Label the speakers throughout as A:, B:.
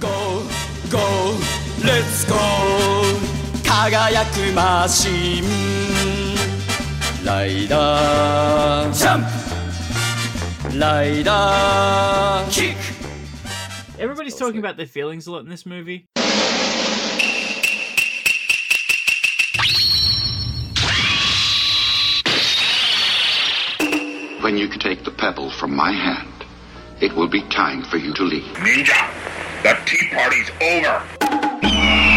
A: Go, go, let's go 輝くマシンライダージャンプライダーキック
B: Everybody's
A: Sounds
B: talking
A: good.
B: about their feelings a lot in this movie.
C: When you take the pebble from my hand, it will be time for you to leave.
D: Ninja, the tea party's over.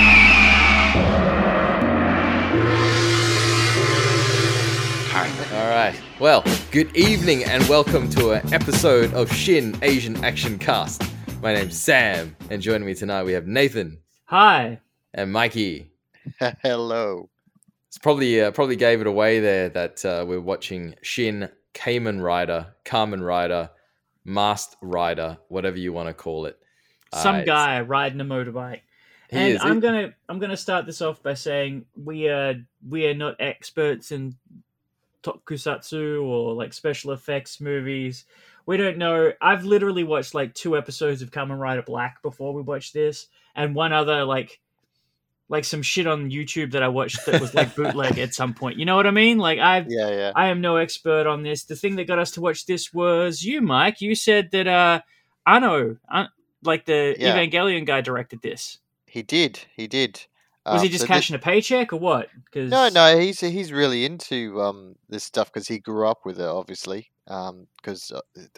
C: Time.
E: All right. Well, good evening and welcome to an episode of Shin Asian Action Cast. My name's Sam, and joining me tonight we have Nathan
B: Hi.
E: and Mikey.
F: Hello.
E: It's probably uh, probably gave it away there that uh, we're watching Shin Kamen Rider, Carmen Rider, Masked Rider, whatever you want to call it.
B: Some
E: Uh, it's-
B: guy riding a motorbike.
E: He
B: and
E: is-
B: I'm
E: he-
B: gonna I'm gonna start this off by saying we are we are not experts in tokusatsu or like special effects movies. We don't know. I've literally watched like two episodes of Kamen Rider Black before we watched this, and one other like like some shit on YouTube that I watched that was like bootleg at some point. You know what I mean? Like I've
F: Yeah, yeah.
B: I am no expert on this. The thing that got us to watch this was you, Mike. You said that uh Anno, An- like the
F: Yeah.
B: Evangelion guy, directed this.
F: He did. He did.
B: Was he
F: Um,
B: just
F: so this-
B: cashing a paycheck or what? Because
F: No, no. He's he's really into um this stuff because he grew up with it, obviously. Um, because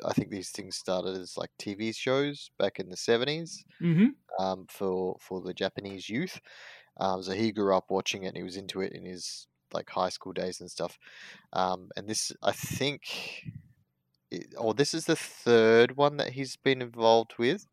F: I think these things started as like TV shows back in the seventies.
B: Mm-hmm.
F: um, for for the Japanese youth. Um, so he grew up watching it, and he was into it in his like high school days and stuff. Um, and this, I think, i- or this is the third one that he's been involved with,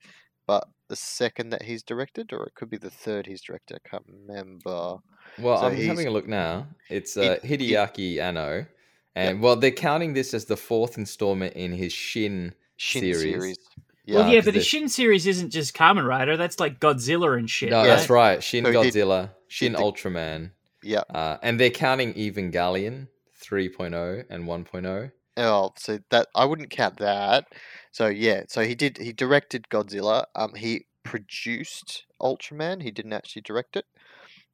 F: but the second that he's directed, or it could be the third he's directed. I can't remember.
E: Well,
F: So
E: I'm
F: he's-
E: having a look now. It's uh,
F: It-
E: Hideaki Anno, and well, they're counting this as the fourth installment in his Shin. uh,
F: Shin
E: Series.
F: series. Yeah,
B: well, yeah,
E: after
B: but the
E: this.
B: Shin series isn't just Kamen Rider. That's like Godzilla and shit.
E: No,
B: right?
E: that's right. Shin
F: So he did-
E: Godzilla, Shin
F: the-
E: Ultraman,
F: yeah.
E: uh, and they're counting Evangelion 3.0 and 1.0.
F: Oh, so that I wouldn't count that. So yeah, so he did. He directed Godzilla. Um, he produced Ultraman. He didn't actually direct it,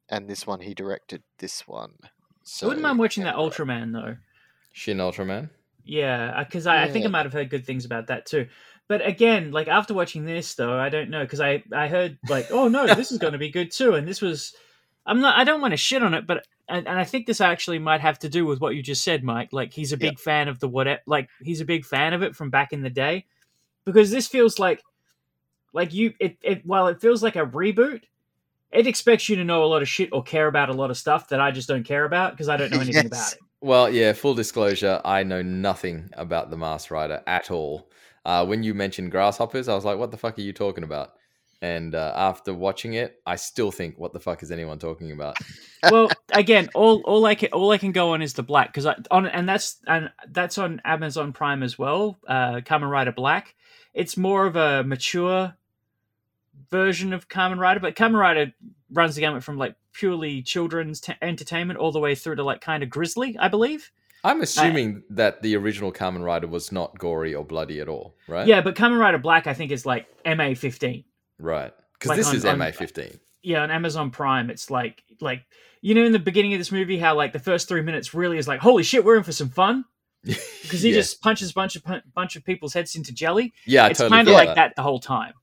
F: and this one he directed this one.
B: I
F: So
B: wouldn't mind watching that
F: yeah,
B: Ultraman though.
E: Shin Ultraman.
B: Yeah, because I, I think I
F: Yeah.
B: might have heard good things about that too. But again, like after watching this though, I don't know because I I heard like, oh no, this is going to be good too, and this was. I'm not. I don't want to shit on it, but and, and I think this actually might have to do with what you just said, Mike. Like he's a
F: Yeah.
B: big fan of the what, it- like he's a big fan of it from back in the day, because this feels like, like you. It, it while it feels like a reboot, it expects you to know a lot of shit or care about a lot of stuff that I just don't care about because I don't know anything about
F: Yes.
B: it.
E: Well, yeah, full disclosure, I know nothing about the Masked Rider at all. Uh, when you mentioned grasshoppers, I was like, what the fuck are you talking about? And uh, after watching it, I still think, what the fuck is anyone talking about?
B: well, again, all all I can all I can go on is the black because I on and that's and that's on Amazon Prime as well. Uh, Kamen Rider Black. It's more of a mature version of Kamen Rider, but Kamen Rider runs the gamut from like purely children's t- entertainment all the way through to like kind of grisly, I believe.
E: I'm assuming that the original Kamen Rider was not gory or bloody at all, right?
B: Yeah, but Kamen Rider Black, I think, is like MA fifteen.
E: Right. Because
B: Like
E: this
B: on-
E: is
B: on-
E: MA15.
B: yeah, on Amazon Prime, it's like like you know in the beginning of this movie how like the first three minutes really is like holy shit we're in for some fun because he
E: Yeah.
B: just punches a bunch of pun- bunch of people's heads into jelly.
E: Yeah, I
B: it's
E: totally
B: kind
E: feel
B: of like
E: that.
B: that. the whole time.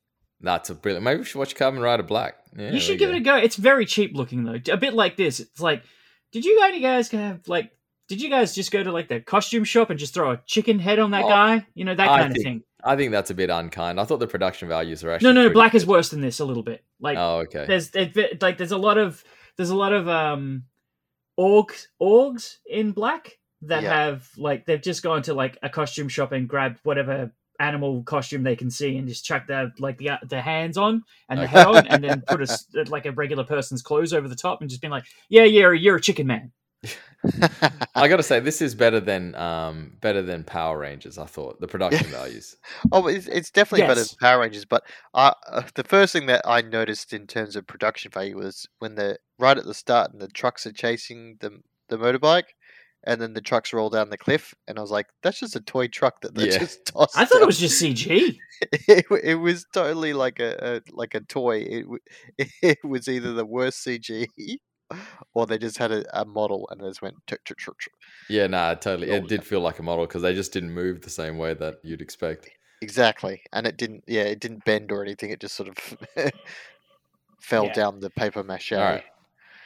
E: That's a brilliant. Maybe we should watch Kamen Rider Black. Yeah,
B: you should give it a go. It's very cheap looking though, a bit like this. It's like, did you guys- you guys have like? Did you guys just go to like the costume shop and just throw a chicken head on that
E: Oh,
B: guy? You know that
E: I
B: kind of
E: think
B: thing.
E: I think that's a bit unkind. I thought the production values were actually.
B: No, no, no,
E: pretty-
B: black is worse than this a little bit. Like
E: Oh, okay.
B: there's it- like there's a lot of there's a lot of um orgs orgs in black that
F: Yeah.
B: have like they've just gone to like a costume shop and grabbed whatever animal costume they can see and just chuck their like the the hands on and the
E: Okay.
B: head on and then put a s- like a regular person's clothes over the top and just been like yeah yeah you're a chicken man
E: I gotta say, this is better than um better than Power Rangers. I thought the production values.
F: oh, it's, it's definitely better
B: Yes.
F: than Power Rangers. But uh, uh, the first thing that I noticed in terms of production value was when the right at the start and the trucks are chasing the the motorbike, and then the trucks roll down the cliff, and I was like, "That's just a toy truck that they
E: Yeah.
F: just tossed."
B: I thought
F: down."
B: it was just CG.
F: it, w- it was totally like a, a like a toy. It w- it was either the worst CG or they just had a, a model and they just went. "Tut, tut, tut, tut."
E: Yeah, nah, totally.
F: Oh,
E: It did feel like a model because they just didn't move the same way that you'd expect.
F: Exactly, and it didn't. Yeah, it didn't bend or anything. It just sort of fell
B: Yeah.
F: down the paper mache.
E: All right.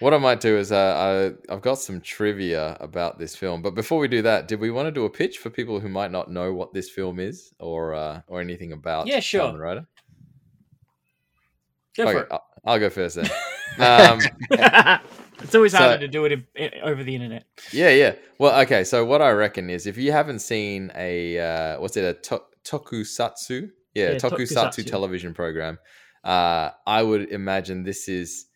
E: What I might do is uh, I, I've got some trivia about this film, but before we do that, did we want to do a pitch for people who might not know what this film is or uh, or anything about?
B: Yeah, sure.
E: Kamen Rider?
B: Go
E: Okay,
B: for
E: I'll, I'll go first then. um,
B: it. it's always
E: So-
B: harder to do it in, i over the internet.
E: yeah, yeah. Well, okay. So what I reckon is, if you haven't seen a uh, what's it a to- tokusatsu, yeah,
B: Yeah,
E: tokusatsu
B: tokusatsu.
E: television program, uh, I would imagine this is.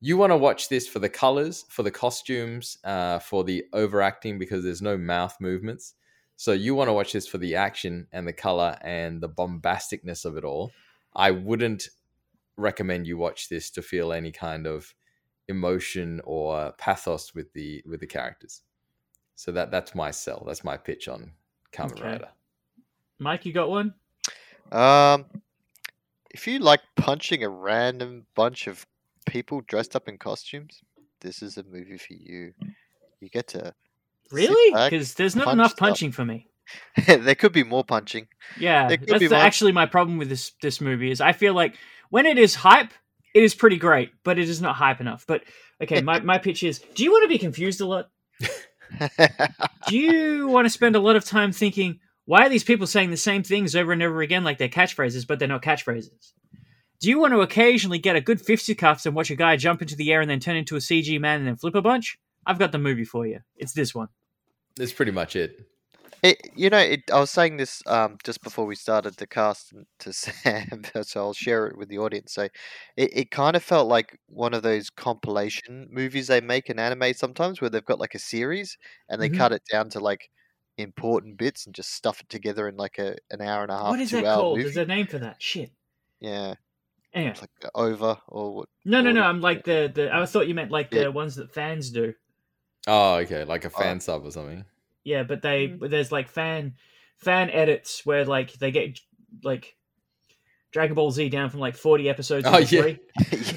E: You want to watch this for the colors, for the costumes, uh, for the overacting because there's no mouth movements. So you want to watch this for the action and the color and the bombasticness of it all. I wouldn't recommend you watch this to feel any kind of emotion or pathos with the with the characters. So that that's my sell. That's my pitch on Kamen
B: Okay.
E: Rider.
B: Mike, you got one?
F: Um, if you like punching a random bunch of people dressed up in costumes, this is a movie for you. You get to. sit
B: Really?
F: back-
B: Because there's not
F: punch
B: enough
F: stuff.
B: punching for me.
F: there could be more punching.
B: Yeah,
F: There could
B: that's
F: be
B: the-
F: more.
B: actually my problem with this this movie is I feel like when it is hype, it is pretty great, but it is not hype enough. But okay, my my pitch is: Do you want to be confused a lot? Do you want to spend a lot of time thinking why are these people saying the same things over and over again like they're catchphrases, but they're not catchphrases? Do you want to occasionally get a good fifty cuffs and watch a guy jump into the air and then turn into a CG man and then flip a bunch? I've got the movie for you. It's this one.
E: That's pretty much it.
F: It, you know, it, I was saying this um, just before we started the cast n- to Sam, so I'll share it with the audience. So, it, it kind of felt like one of those compilation movies they make in anime sometimes, where they've got like a series and they
B: Mhm.
F: cut it down to like important bits and just stuff it together in like a an hour and a half,
B: What is
F: two
B: that
F: hour
B: called?
F: movie.
B: There's a name for that. Shit.
F: Yeah,
B: Anyway.
F: it's like the over or what?
B: No, no,
F: Or
B: no.
F: the-
B: I'm like the the. I thought you meant like
F: Yeah.
B: the ones that fans do.
E: Oh, okay, like a
F: Oh.
E: fan sub or something.
B: Yeah, but they there's like fan fan edits where like they get like Dragon Ball Z down from like 40 episodes.
E: Oh,
B: Oh
E: yeah.
B: yeah.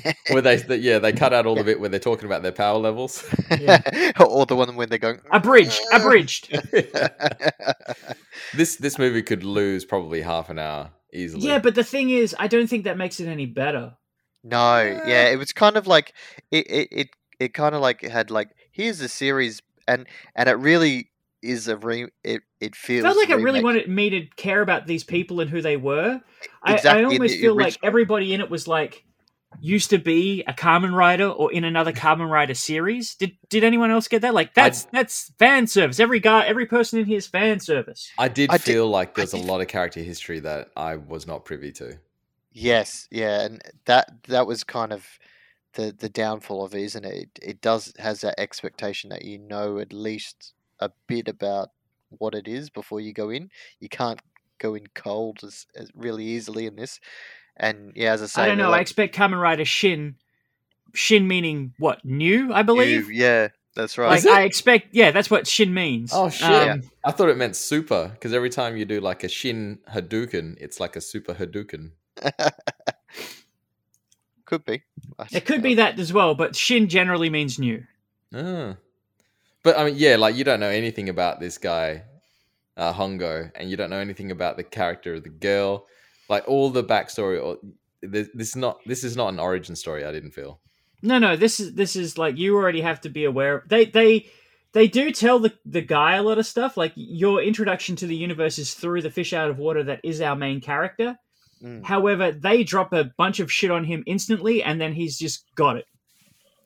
F: yeah.
E: Where they, they yeah they cut out all the bit where they're talking about their power levels.
F: or the one when they're going.
B: Abridged, abridged.
E: this this movie could lose probably half an hour easily.
B: yeah, but the thing is, I don't think that makes it any better.
F: No, yeah,
B: Uh.
F: it was kind of like it it it, it kind of like had like here's the series and and it really is a re it it
B: It
F: feels
B: felt like I really
F: remake-
B: wanted me to care about these people and who they were.
F: Exactly,
B: I, I
F: in the
B: almost feel like
F: original-
B: everybody in it was like used to be a Carmen Rider or in another Carmen Rider series. Did did anyone else get that? Like that's that's fan service. Every guy, every person in here is fan service.
E: I did
F: I did-
E: feel like
F: I
E: there's a
F: did-
E: lot of character history that I was not privy to.
F: Yes, yeah, and that that was kind of the the downfall of it, isn't it? It, it does has that expectation that you know at least a bit about what it is before you go in. You can't go in cold as, as really easily in this. And yeah, as I say,
B: I don't
F: they're
B: know. I
F: like,
B: expect Kamen Rider Shin, Shin meaning what new? I
F: "You-
B: believe.
F: yeah, that's right.
B: Like
E: Is it?
B: I expect, yeah, that's what Shin means.
E: Oh, shit.
B: Um,
E: I thought it meant super because every time you do like a Shin Hadouken, it's like a super Hadouken.
F: Could be. I
B: It
F: don't
B: could
F: know.
B: be that as well, but Shin generally means new.
E: Ah. But I mean, yeah, like you don't know anything about this guy, uh, Hongo, and you don't know anything about the character of the girl, like all the backstory. Or this, this is not this is not an origin story. I didn't feel.
B: No, no, this is this is like you already have to be aware. Of, they they they do tell the the guy a lot of stuff. Like your introduction to the universe is through the fish out of water that is our main character.
F: Mm.
B: However, they drop a bunch of shit on him instantly, and then he's just got it.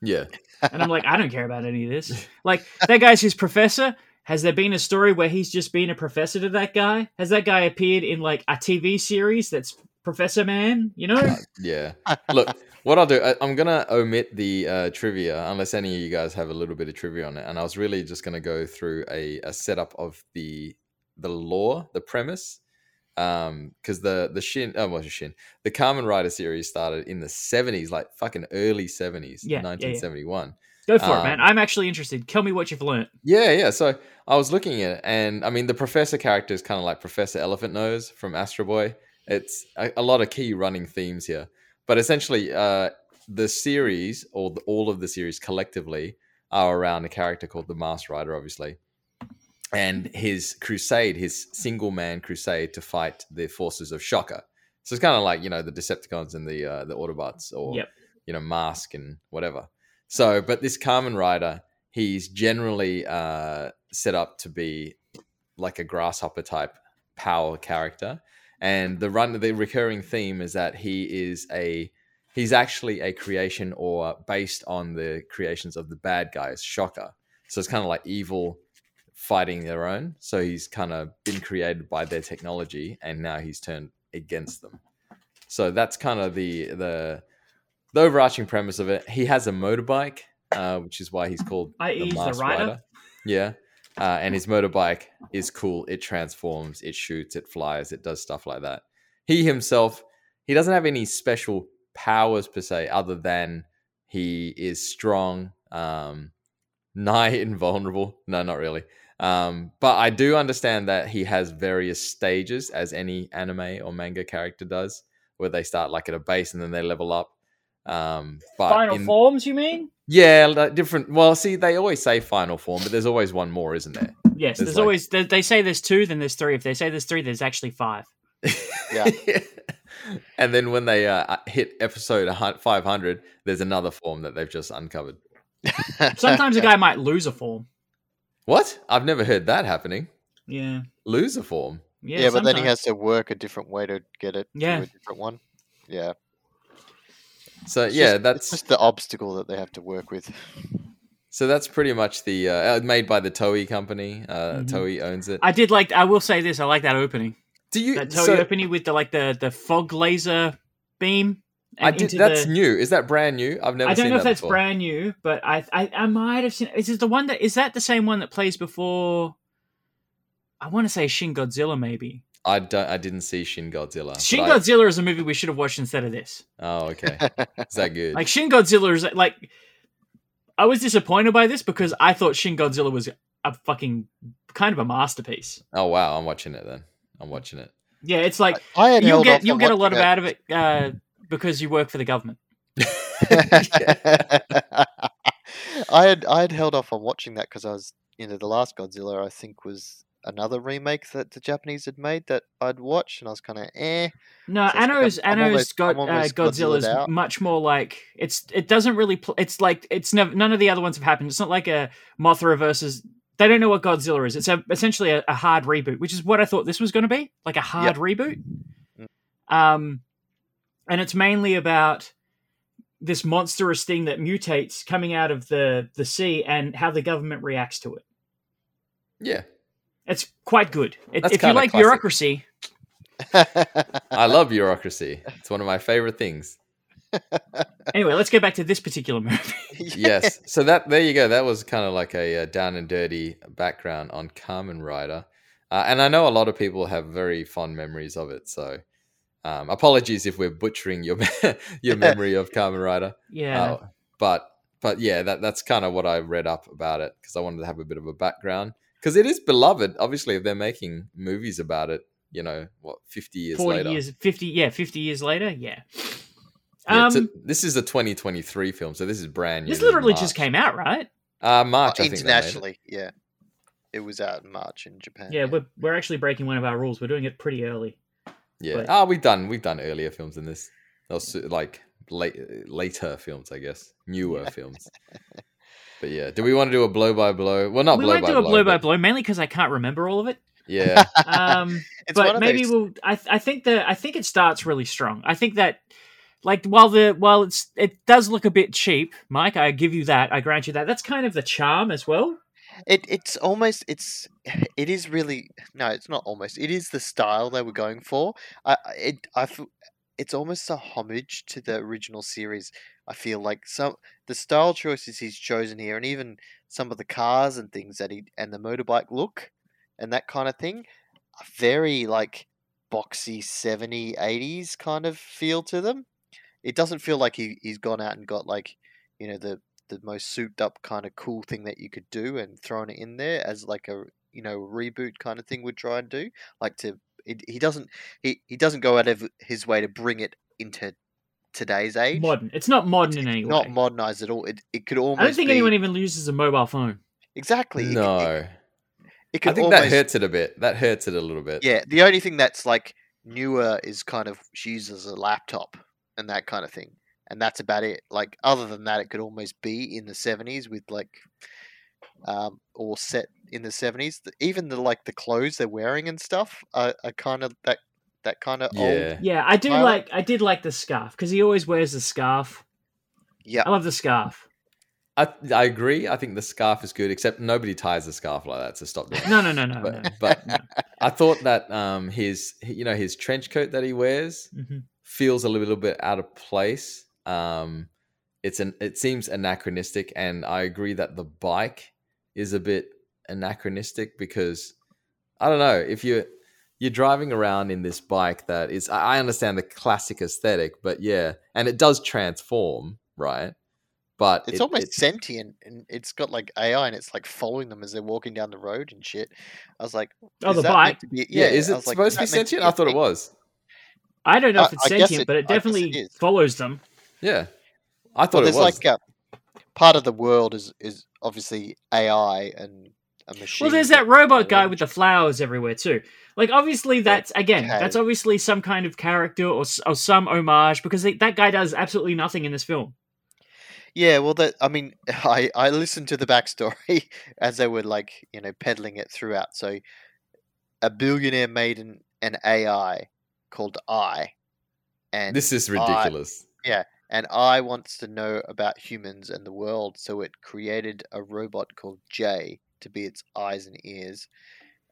E: Yeah,
B: And I'm like, I don't care about any of this. Like that guy's his professor. Has there been a story where he's just been a professor to that guy? Has that guy appeared in like a TV series that's Professor Man? You
E: Uh,
B: know?
E: yeah. Look, what I'll do, I, I'm gonna omit the uh, trivia unless any of you guys have a little bit of trivia on it. And I was really just gonna go through a, a setup of the the lore, the premise, because the the Shin, oh, well, Shin, the Carmen Rider series started in the 70s, like fucking early 70s,
B: Yeah, yeah, yeah.
E: 1971.
B: Go for it,
E: Uh,
B: man. I'm actually interested. Tell me what you've learnt.
E: Yeah, yeah. So I was looking at it, and I mean, the professor character is kind of like Professor Elephant Nose from Astro Boy. It's a, a lot of key running themes here, but essentially, uh, the series or the, all of the series collectively are around a character called the Masked Rider, obviously, and his crusade, his single man crusade to fight the forces of Shocker. So it's kind of like you know the Decepticons and the uh, the Autobots, or
B: Yep.
E: you know Mask and whatever. So, but this Carmen Rider, he's generally uh, set up to be like a grasshopper type power character, and the run the recurring theme is that he is a he's actually a creation or based on the creations of the bad guys, Shocker. So it's kind of like evil fighting their own. So he's kind of been created by their technology, and now he's turned against them. So that's kind of the the the overarching premise of it. He has a motorbike, uh, which is why he's called
B: I.e. E, he's the
E: Masked
B: rider?
E: Yeah. Uh, and his motorbike is cool. It transforms, it shoots, it flies, it does stuff like that. He himself, he doesn't have any special powers per se, other than he is strong, um, nigh invulnerable. No, not really. Um, but I do understand that he has various stages, as any anime or manga character does, where they start like at a base and then they level up. Um, but
B: Final
E: in-
B: forms, you mean?
E: yeah, like different. Well, see, they always say final form, but there's always one more, isn't there?
B: Yes.
E: There's
B: There's
E: like-
B: always they, they say there's two, then there's three. If they say there's three, there's actually five.
F: Yeah.
E: and then when they uh, hit episode 500, there's another form that they've just uncovered.
B: Sometimes a guy might lose a form.
E: What? I've never heard that happening.
B: Yeah.
E: Lose a form.
B: Yeah.
F: yeah, but then he
B: sometimes.
F: has to work a different way to get it
B: Yeah.
F: to a different one. Yeah,
E: So
F: It's
E: yeah,
F: just-
E: that's
F: it's just the obstacle that they have to work with.
E: so that's pretty much the uh, uh, made by the Toei company. Uh,
B: Mhm.
E: Toei owns it.
B: I did like. I will say this. I like that opening.
E: Do you?
B: That Toei
E: so
B: opening with the like the the fog laser beam.
E: I
B: and
E: did,
B: into
E: that's
B: the-
E: new. Is that brand new? I've never.
B: I don't
E: seen
B: know if
E: that
B: that's
E: before.
B: brand new, but I, I I might have seen. Is it the one that is that the same one that plays before? I want to say Shin Godzilla, maybe.
E: I don't. I didn't see Shin Godzilla.
B: Shin
E: but I-
B: Godzilla is a movie we should have watched instead of this.
E: Oh, okay. Is that good?
B: Like Shin Godzilla is like, I was disappointed by this because I thought Shin Godzilla was a fucking kind of a masterpiece.
E: oh wow, I'm watching it then. I'm watching it.
B: Yeah, it's like
F: I had
B: you'll
F: held
B: get
F: off
B: you'll
F: on
B: get a lot of
F: watching
B: out of it uh, because you work for the government.
F: I had I had held off on watching that because I was into the last Godzilla. I think was another remake that the Japanese had made that I'd watched, and I was kind of eh.
B: No,
F: So it's like
B: Anno's
F: I'm- I'm
B: Anno's
F: almost-
B: God,
F: I'm
B: uh,
F: almost Godzilla'd
B: Godzilla's
F: out.
B: much more like it's. It doesn't really. Pl- it's like it's never. None of the other ones have happened. It's not like a Mothra versus. They don't know what Godzilla is. It's a, essentially a, a hard reboot, which is what I thought this was going to be, like a hard reboot.
F: Mm.
B: Um, and it's mainly about this monstrous thing that mutates coming out of the the sea and how the government reacts to it.
E: Yeah,
B: It's quite good. It,
E: That's
B: if you
E: kinda
B: like
E: classic.
B: bureaucracy,
E: I love bureaucracy. It's one of my favorite things.
B: anyway, let's go back to this particular movie.
E: Yes. So that there you go. That was kind of like a uh, down and dirty background on Carmen Rider, uh, and I know a lot of people have very fond memories of it. So um, apologies if we're butchering your your memory of Carmen Rider.
B: Yeah.
E: Uh, but but yeah, that that's kind of what I read up about it because I wanted to have a bit of a background because it is beloved. Obviously, if they're making movies about it, you know what, fifty years
B: 40
E: later.
B: years 50 yeah 50 years later yeah,
E: Yeah,
B: um
E: it's a- this is a 2023 film, so this is brand new.
B: this literally just came out right
E: Uh, March,
F: Oh,
E: I think. they made it.
F: internationally. Yeah, it was out in March in Japan.
B: yeah we're, we're actually breaking one of our rules we're doing it pretty early
E: Yeah.
B: But-
E: Ah, we've done we've done earlier films than this. Or s- like late, later films, I guess, newer films. But yeah, do we want to do a blow by blow? Well, not
B: we
E: blow
B: might
E: by
B: do a
E: blow.
B: blow by
E: but-
B: blow mainly because i can't remember all of it
E: Yeah,
B: um
F: It's one
B: but
F: of
B: maybe
F: those-
B: we'll I, I think the i think it starts really strong i think that like while the while it's it does look a bit cheap mike i give you that i grant you that that's kind of the charm as well
F: It it's almost it's it is really no, it's not almost. It is the style they were going for. I I- it I feel it's almost a homage to the original series. I feel like some the style choices he's chosen here, and even some of the cars and things that he and the motorbike look and that kind of thing, are very like boxy 70s, 80s kind of feel to them. It doesn't feel like he he's gone out and got like you know the the most souped up kind of cool thing that you could do and throwing it in there as like a you know reboot kind of thing would try and do like to it, he doesn't he, he doesn't go out of his way to bring it into today's age
B: modern. It's not modern in any way.
F: not modernized at all it, it could almost
B: I don't think
F: be-
B: anyone even uses a mobile phone.
F: exactly it could- it,
E: No,
F: it could
E: I think that
F: almost
E: hurts it a bit. That hurts it a little bit.
F: Yeah, the only thing that's like newer is kind of she uses a laptop and that kind of thing, and that's about it. Like other than that, it could almost be in the seventies with like, um, or set in the seventies. Even the like the clothes they're wearing and stuff are, are kind of that that kind of old.
E: yeah.
B: Yeah, I do
F: Violet?
B: like I did like the scarf because he always wears the scarf.
F: Yeah,
B: I love the scarf.
E: I, I agree. I think the scarf is good, except nobody ties the scarf like that, so stop doing. it.
B: No, no, no, no, no.
E: but, but I thought that um his you know his trench coat that he wears
B: Mhm.
E: feels a little bit out of place. Um, it's an it seems anachronistic, and I agree that the bike is a bit anachronistic because I don't know if you you're driving around in this bike that is I I understand the classic aesthetic, but yeah, and it does transform, right? But
F: it's
E: it-
F: almost
E: it-
F: sentient, and it's got like AI, and it's like following them as they're walking down the road and shit. I was like,
B: Oh,
F: is
B: the
F: that meant
B: bike.
F: to be-
E: yeah, is
F: I
E: it
F: was like,
E: supposed
F: is
E: to be
F: that meant
E: sentient?
F: a
E: I thought it
F: thing?
E: was.
B: I don't know if
F: I-
B: it's
F: I guess
B: sentient,
F: it-
B: but
F: I
B: it
F: guess it
B: definitely
F: is.
B: follows them.
E: Yeah, I thought
F: Well,
E: it was.
F: there's like a part of the world is is obviously AI and a machine.
B: Well, there's that
F: but
B: robot
F: a
B: guy
F: lot
B: with the flowers everywhere too. Like, obviously, that's again,
F: Okay.
B: that's obviously some kind of character or, s- or some homage because they, that guy does absolutely nothing in this film.
F: of- Yeah, well, that I mean, I I listened to the backstory as they were like you know peddling it throughout. So, a billionaire made an, an AI called I, and
E: this is
F: I-
E: ridiculous.
F: and I wants to know about humans and the world, so it created a robot called J to be its eyes and ears,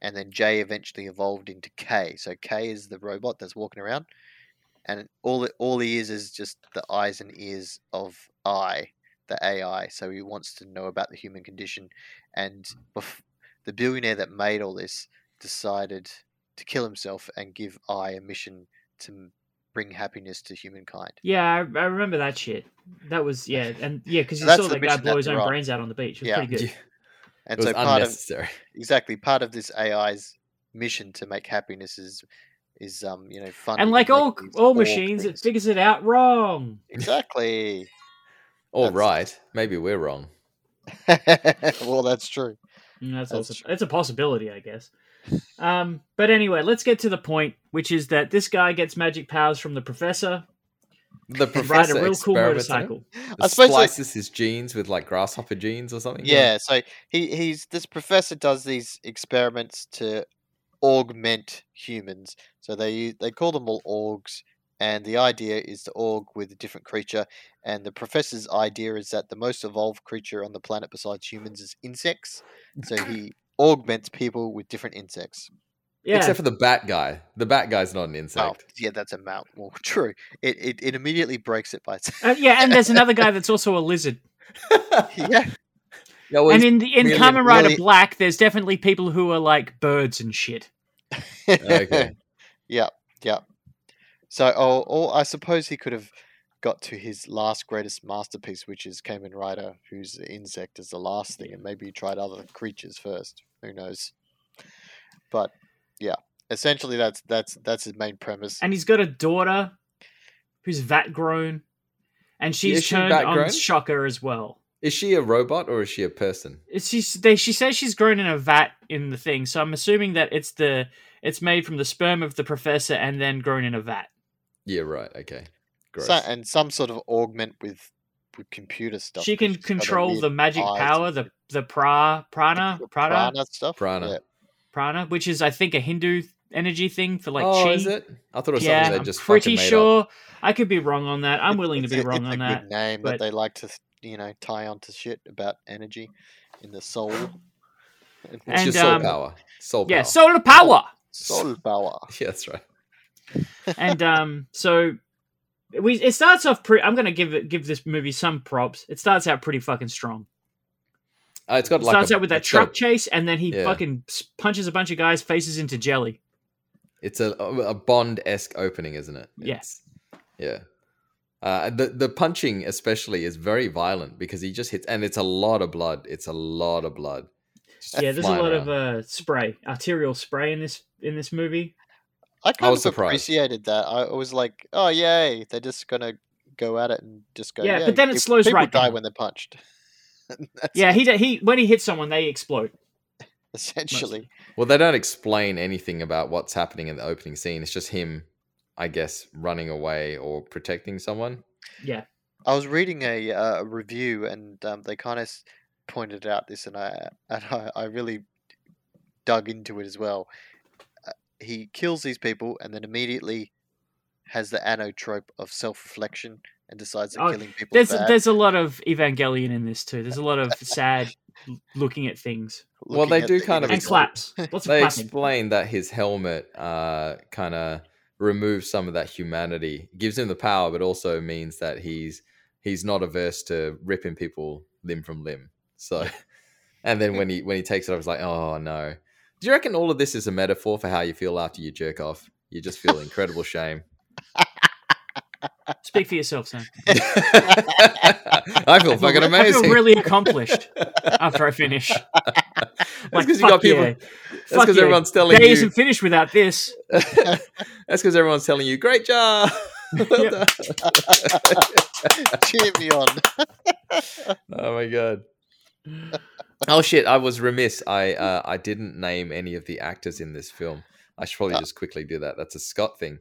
F: and then J eventually evolved into K. So K is the robot that's walking around, and all it, all he is is just the eyes and ears of I, the AI. So he wants to know about the human condition, and bef- the billionaire that made all this decided to kill himself and give I a mission to m- bring happiness to humankind.
B: Yeah, I, I remember that shit. That was yeah, and yeah, because
F: So
B: you
F: that's
B: saw
F: the
B: that guy
F: mission
B: blow
F: that
B: his
F: they're
B: own
F: on.
B: brains out on the beach. It was
F: Yeah.
B: pretty good.
E: Yeah, it
F: And
E: was
F: so part of
E: unnecessary.
F: exactly part of this AI's mission to make happiness is is um you know fun
B: and like all all machines, it figures it out wrong.
F: exactly
E: All
F: That's-
E: right, maybe we're wrong.
F: well that's true
B: Mm, That's,
F: That's
B: also it's a possibility, I guess. Um, but anyway, let's get to the point, which is that this guy gets magic powers from the professor.
E: The
B: and Ride a
E: professor
B: real cool
E: experiments on it,
B: motorcycle.
F: I suppose like-
E: slices his jeans with like grasshopper jeans or something.
F: yeah so he he's this professor does these experiments to augment humans so they u- they call them all orgs and the idea is to org with a different creature and the professor's idea is that the most evolved creature on the planet besides humans is insects so he augments people with different insects
B: Yeah,
E: Except for the bat guy. The bat guy's not an
F: Oh,
E: insect.
F: yeah, that's a mount. Well, true. It, it it immediately breaks it by itself.
B: Uh, yeah, and there's another guy that's also a lizard.
F: yeah,
E: Yeah, well,
B: and
E: he's-
B: in the, in
E: really-
B: Kamen Rider
F: really-
B: Black, there's definitely people who are like birds and shit.
E: okay.
F: So, oh, or I suppose he could have got to his last greatest masterpiece, which is Kamen Rider, who's the insect as the last thing, and
E: Mm.
F: maybe he tried other creatures first. Who knows? But yeah, essentially, that's that's that's his main premise.
B: And he's got a daughter who's vat grown, and she's
E: is she
B: turned
E: vat
B: on
E: grown?
B: Shocker as well.
E: Is she a robot or is she a person?
B: It's, she's they, she says she's grown in a vat in the thing, so I'm assuming that it's the it's made from the sperm of the professor and then grown in a vat.
E: Yeah, right. Okay. Gross.
F: So, and some sort of augment with with computer stuff.
B: she
F: 'cause
B: can
F: she's got her
B: control
F: weird
B: the magic
F: eyes
B: power,
F: and
B: the the pra prana prana
F: prana stuff.
E: Prana.
F: yeah.
B: prana, which is I think a Hindu energy thing for like
E: oh,
B: chi.
E: is it? I thought it was
B: yeah,
E: something they
B: I'm
E: just
B: pretty
E: fucking made up.
B: sure. I could be wrong on that. I'm
F: It's-
B: willing to
F: it's
B: be
F: a-
B: wrong
F: it's
B: on
F: a
B: that.
F: Good name
B: but-
F: that they like to, th- you know, tie onto shit about energy in the soul. and
E: It's
B: And,
E: your soul
B: um,
E: power. Soul
B: Yeah,
E: power.
B: solar power.
F: soul power.
E: yeah, that's right.
B: and um, so we it starts off pretty. I'm gonna give it give this movie some props. It starts out pretty fucking strong.
E: Uh, it's got
B: It
E: like
B: starts
E: a,
B: out with that
E: it's got a-
B: truck chase, and then he
E: Yeah.
B: fucking s- punches a bunch of guys' faces into jelly.
E: It's a, a Bond esque opening, isn't it?
B: Yeah.
E: It's- Yeah. Uh, the the punching especially is very violent because he just hits, and it's a lot of blood. It's a lot of blood. Just
B: Yeah, there's a
E: flying
B: lot of
E: around.
B: uh, spray, arterial spray in this in this movie.
F: I kind
E: was
F: of
E: surprised.
F: appreciated that. I was like, oh yay, they're just gonna go at it and just go.
B: Yeah, but then it
F: peop-
B: slows
F: people
B: right
F: die
B: down.
F: when they're punched. That's
B: Yeah, he he when he hits someone, they explode.
F: essentially.
B: uh,
E: Well, they don't explain anything about what's happening in the opening scene. It's just him, I guess, running away or protecting someone.
B: Yeah,
F: I was reading a uh, a review and um, they kind of pointed out this, and I and I, I really dug into it as well. Uh, he kills these people and then immediately has the anno trope of self reflection and decides that
B: Oh,
F: killing people is
B: there's
F: bad.
B: there's a lot of Evangelion in this too. There's a lot of sad l- looking at things
E: Well, they
F: looking at
E: do
F: the
E: kind of
B: and
E: Everything.
F: individual.
B: claps. Lots of
E: They
B: clapping.
E: explain that his helmet uh, kind of removes some of that humanity, gives him the power, but also means that he's he's not averse to ripping people limb from limb. So, and then when he when he takes it, I was like, oh no. Do you reckon all of this is a metaphor for how you feel after you jerk off? You just feel incredible shame.
B: Speak for yourself, Sam.
E: I feel fucking
B: I
E: amazing.
B: feel really accomplished after I finish.
E: That's
B: Like,
E: because you
B: fuck
E: got people.
B: yeah.
E: That's
B: Fuck
E: because
B: yeah.
E: everyone's telling
B: Day
E: you.
B: isn't finished without this.
E: that's because everyone's telling you, "Great job." Well
B: Yep.
E: done.
F: Cheer me on.
E: Oh my god. Oh shit! I was remiss. I uh, I didn't name any of the actors in this film. I should probably
F: Ah.
E: just quickly do that. That's a Scott thing.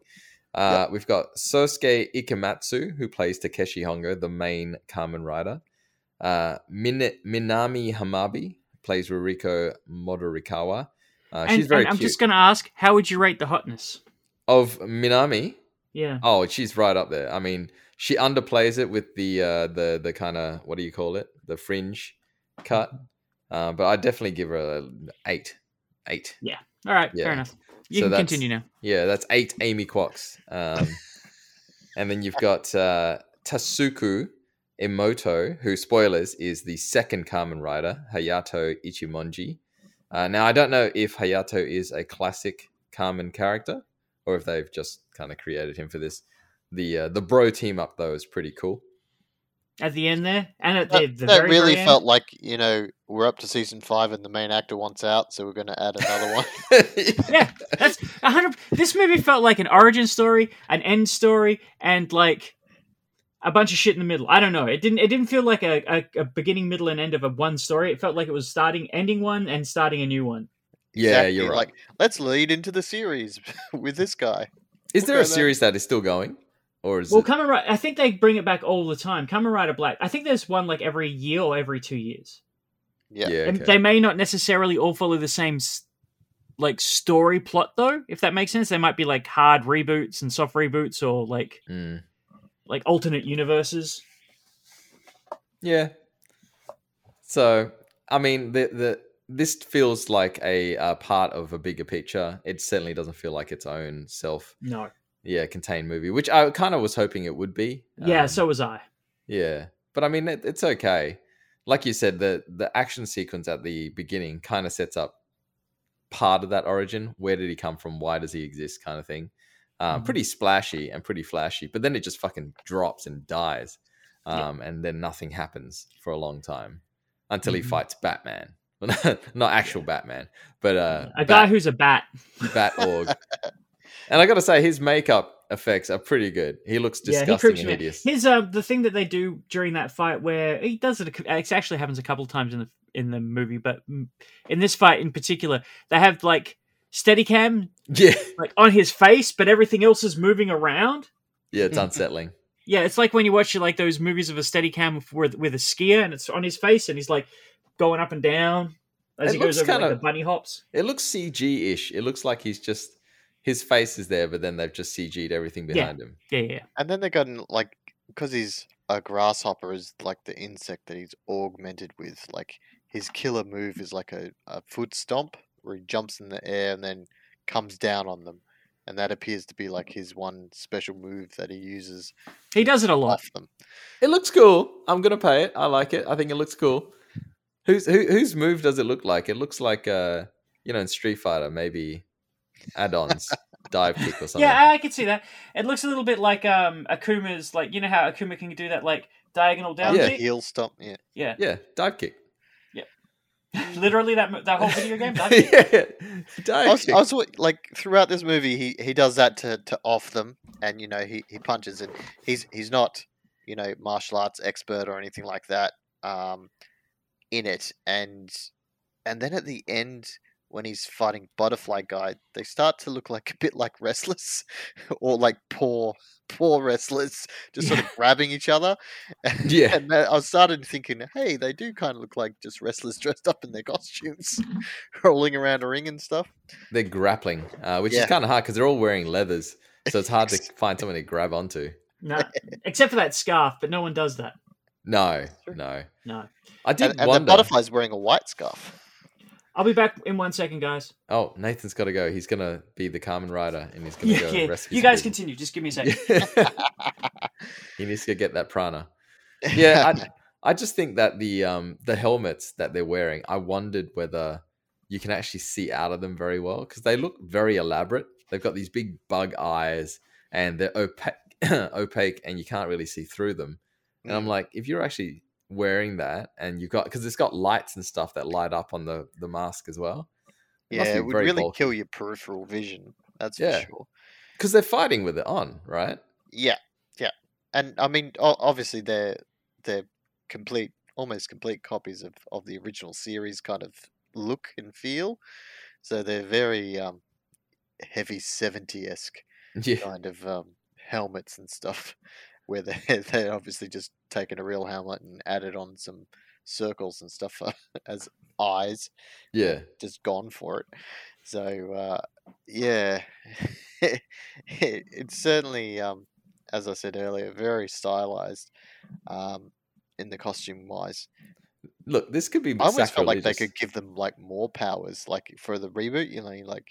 E: Uh, We've got Sosuke Ikematsu, who plays Takeshi Hongo, the main Kamen Rider. Uh, Min- Minami Hamabi plays Ruriko Modorikawa. Uh,
B: and,
E: she's very
B: and I'm
E: cute.
B: just gonna ask, how would you rate the hotness?
E: Of Minami,
B: Yeah.
E: Oh, she's right up there. I mean, she underplays it with the uh, the the kind of what do you call it? The fringe cut. Uh, but I definitely give her an eight, eight.
B: All right.
E: Yeah.
B: Fair enough. You
E: So
B: can
E: that's-
B: continue now.
E: Yeah, that's eight Amy Quox. Um, and then you've got uh, Tasuku Emoto, who spoilers is the second Kamen Rider, Hayato Ichimonji. Uh, now I don't know if Hayato is a classic Kamen character or if they've just kind of created him for this. The uh, the bro team up though is pretty cool.
B: At the end there, and at the,
F: That,
B: the
F: that
B: very,
F: really
B: very end.
F: felt like you know we're up to season five and the main actor wants out, so we're going to add another one.
B: Yeah, that's a hundred. This movie felt like an origin story, an end story, and like a bunch of shit in the middle. I don't know. It didn't. It didn't feel like a, a, a beginning, middle, and end of a one story. It felt like it was starting, ending one, and starting a new one.
E: yeah, you're
F: Exactly,
E: right.
F: Like let's lead into the series with this guy.
E: is there
F: okay
E: a
F: then.
E: series that is still going, or is
B: Well,
E: it?
B: Kamen Rider. I think they bring it back all the time. Kamen Rider Black. I think there's one like every year or every two years.
F: Yeah.
E: yeah,
B: And
E: okay.
B: They may not necessarily all follow the same s- like story plot though, if that makes sense. They might be like hard reboots and soft reboots or like
E: Mm.
B: like alternate universes.
E: Yeah. So, I mean, the the this feels like a uh, part of a bigger picture. It certainly doesn't feel like its own self,
B: No.
E: yeah, contained movie, which I kind of was hoping it would be.
B: yeah,
E: Um,
B: so was I.
E: yeah, but I mean, it, it's okay. Like you said, the the action sequence at the beginning kind of sets up part of that origin. Where did he come from? Why does he exist? Kind of thing. Um,
B: Mhm.
E: Pretty splashy and pretty flashy, but then it just fucking drops and dies, um, and then nothing happens for a long time until he
B: Mhm.
E: fights Batman. Not actual Batman, but uh,
B: a guy
E: Bat-
B: who's a bat.
E: Bat Org. and I got to say, his makeup effects are pretty good. He looks
B: yeah, he
E: disgusting
B: creeps
E: and
B: me. out.
E: hideous.
B: Here's uh, the thing that they do during that fight where he does it. a cou- It actually happens a couple times in the in the movie, but mm, in this fight in particular, they have like Steadicam
E: Yeah,
B: like on his face, but everything else is moving around.
E: yeah, it's unsettling.
B: Yeah, it's like when you watch like those movies of a steady cam with, with a skier and it's on his face and he's like going up and down as
E: It
B: he goes
E: looks
B: over like,
E: kinda-
B: the bunny hops.
E: It looks CG ish. It looks like he's just his face is there, but then they've just CG'd everything
B: Yeah.
E: behind him.
B: Yeah, yeah.
F: And then they got an, like because he's a grasshopper is like the insect that he's augmented with. Like his killer move is like a, a foot stomp where he jumps in the air and then comes down on them. And that appears to be like his one special move that he uses
B: He does it a lot.
F: off them.
E: It looks cool. I'm gonna pay it. I like it. I think it looks cool. Who's who, whose move does it look like? It looks like uh you know in Street Fighter maybe add-ons. dive kick or something.
B: Yeah, I, I could see that. It looks a little bit like um Akuma's, like you know how Akuma can do that, like diagonal down
E: Yeah.
F: yeah.
B: kick.
F: heel stomp. Yeah.
B: Yeah,
E: yeah, dive kick.
B: literally that mo- that whole video game. dive kick.
E: yeah,
F: I
E: dive
F: was,
E: kick.
F: I was wa- like throughout this movie, he, he does that to, to off them, and you know he, he punches, and he's he's not you know martial arts expert or anything like that um, in it, and and then at the end when he's fighting butterfly guy, they start to look like a bit like wrestlers or like poor poor wrestlers just sort of grabbing each other. And,
E: Yeah.
F: and I I started thinking, hey, they do kind of look like just wrestlers dressed up in their costumes, rolling around a ring and stuff.
E: They're grappling, uh, which
F: Yeah.
E: is kind of hard because they're all wearing leathers, so it's hard to find someone to grab onto.
B: Nah. except for that scarf, but no one does that.
E: No,
F: Sure.
E: no.
B: No,
E: I did
F: And, and the
E: wonder.
F: butterfly's wearing a white scarf.
B: I'll be back in one second, guys.
E: oh, Nathan's got to go. He's gonna be the Carmen Rider, and he's gonna
B: Yeah,
E: go
B: yeah.
E: and rescue.
B: You
E: some
B: guys
E: people.
B: continue. Just give me a second.
E: he needs to get that prana. Yeah, I, I just think that the um the helmets that they're wearing, I wondered whether you can actually see out of them very well because they look very elaborate. They've got these big bug eyes and they're opaque, opaque, and you can't really see through them. And
B: Mm.
E: I'm like, if you're actually wearing that and you've got because it's got lights and stuff that light up on the the mask as well It
F: yeah,
E: must be
F: it would
E: very
F: really
E: bulky.
F: kill your peripheral vision. That's
E: Yeah.
F: for sure.
E: because they're fighting with it on, right?
F: Yeah, yeah, and I mean, o- obviously they're they're complete, almost complete copies of of the original series kind of look and feel. So they're very um, heavy seventy esque
E: Yeah,
F: kind of um, helmets and stuff, where they they obviously just taken a real helmet and added on some circles and stuff as eyes.
E: yeah.
F: just gone for it. So uh, yeah, it, it's certainly, um, as I said earlier, very stylized um, in the costume wise.
E: Look, this could be.
F: I always felt like they
E: sacrilegious.
F: could give them like more powers, like for the reboot. You know, you like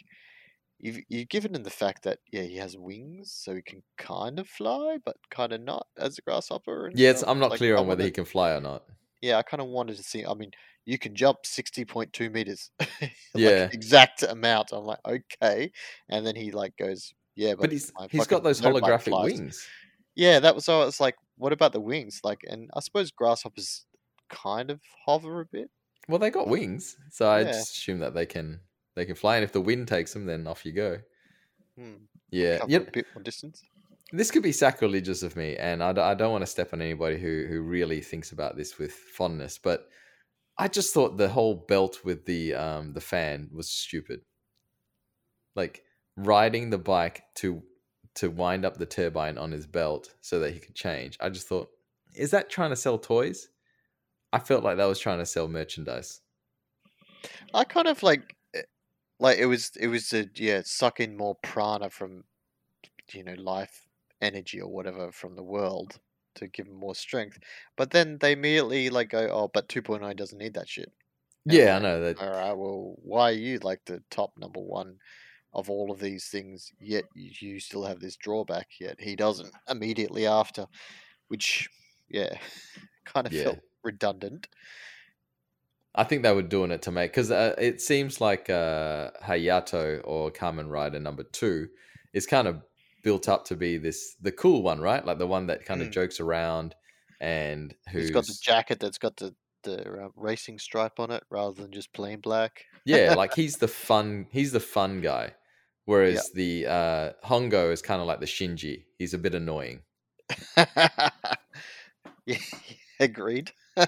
F: you've you've given him the fact that yeah, he has wings, so he can kind of fly, but kind of not as a grasshopper. and
E: Yeah, it's,
F: stuff.
E: I'm not
F: Like,
E: clear
F: I
E: on whether
F: wanted-
E: he can fly or not.
F: yeah, I kind of wanted to see. I mean, you can jump sixty point two meters, like,
E: Yeah.
F: exact amount. I'm like, okay, and then he like goes, yeah, but,
E: But he's
F: my
E: he's got
F: fucking
E: those
F: motorbike
E: holographic
F: flies."
E: wings.
F: Yeah, that was. So I was like, what about the wings? Like, and I suppose grasshoppers kind of hover a bit.
E: Well, they got wings, so I
F: Yeah.
E: just assume that they can they can fly. And if the wind takes them, then off you go.
F: Hmm,
E: Yeah,
F: cover a
E: yep.
F: bit more distance.
E: This could be sacrilegious of me, and I, d- I don't want to step on anybody who who really thinks about this with fondness. But I just thought the whole belt with the um the fan was stupid. Like riding the bike to to wind up the turbine on his belt so that he could change. I just thought, is that trying to sell toys? I felt like that was trying to sell merchandise.
F: I kind of like, eh, like it was, it was to yeah, suck in more prana from, you know, life energy or whatever from the world to give him more strength. But then they immediately like go, oh, but two point nine doesn't need that shit. And
E: Yeah, I
F: I'm like,
E: know that.
F: All right, well, why are you like the top number one of all of these things? Yet y- you still have this drawback. Yet he doesn't immediately after, which yeah, kind of
E: Yeah.
F: felt redundant.
E: I think they were doing it to make because uh, it seems like uh, Hayato or Kamen Rider number two is kind of built up to be this the cool one, right? Like the one that kind of
F: Mm.
E: jokes around and who's
F: He's got the jacket that's got the the uh, racing stripe on it rather than just plain black.
E: yeah, like he's the fun he's the fun guy, whereas the uh, Hongo is kind of like the Shinji. He's a bit annoying.
F: yeah, agreed.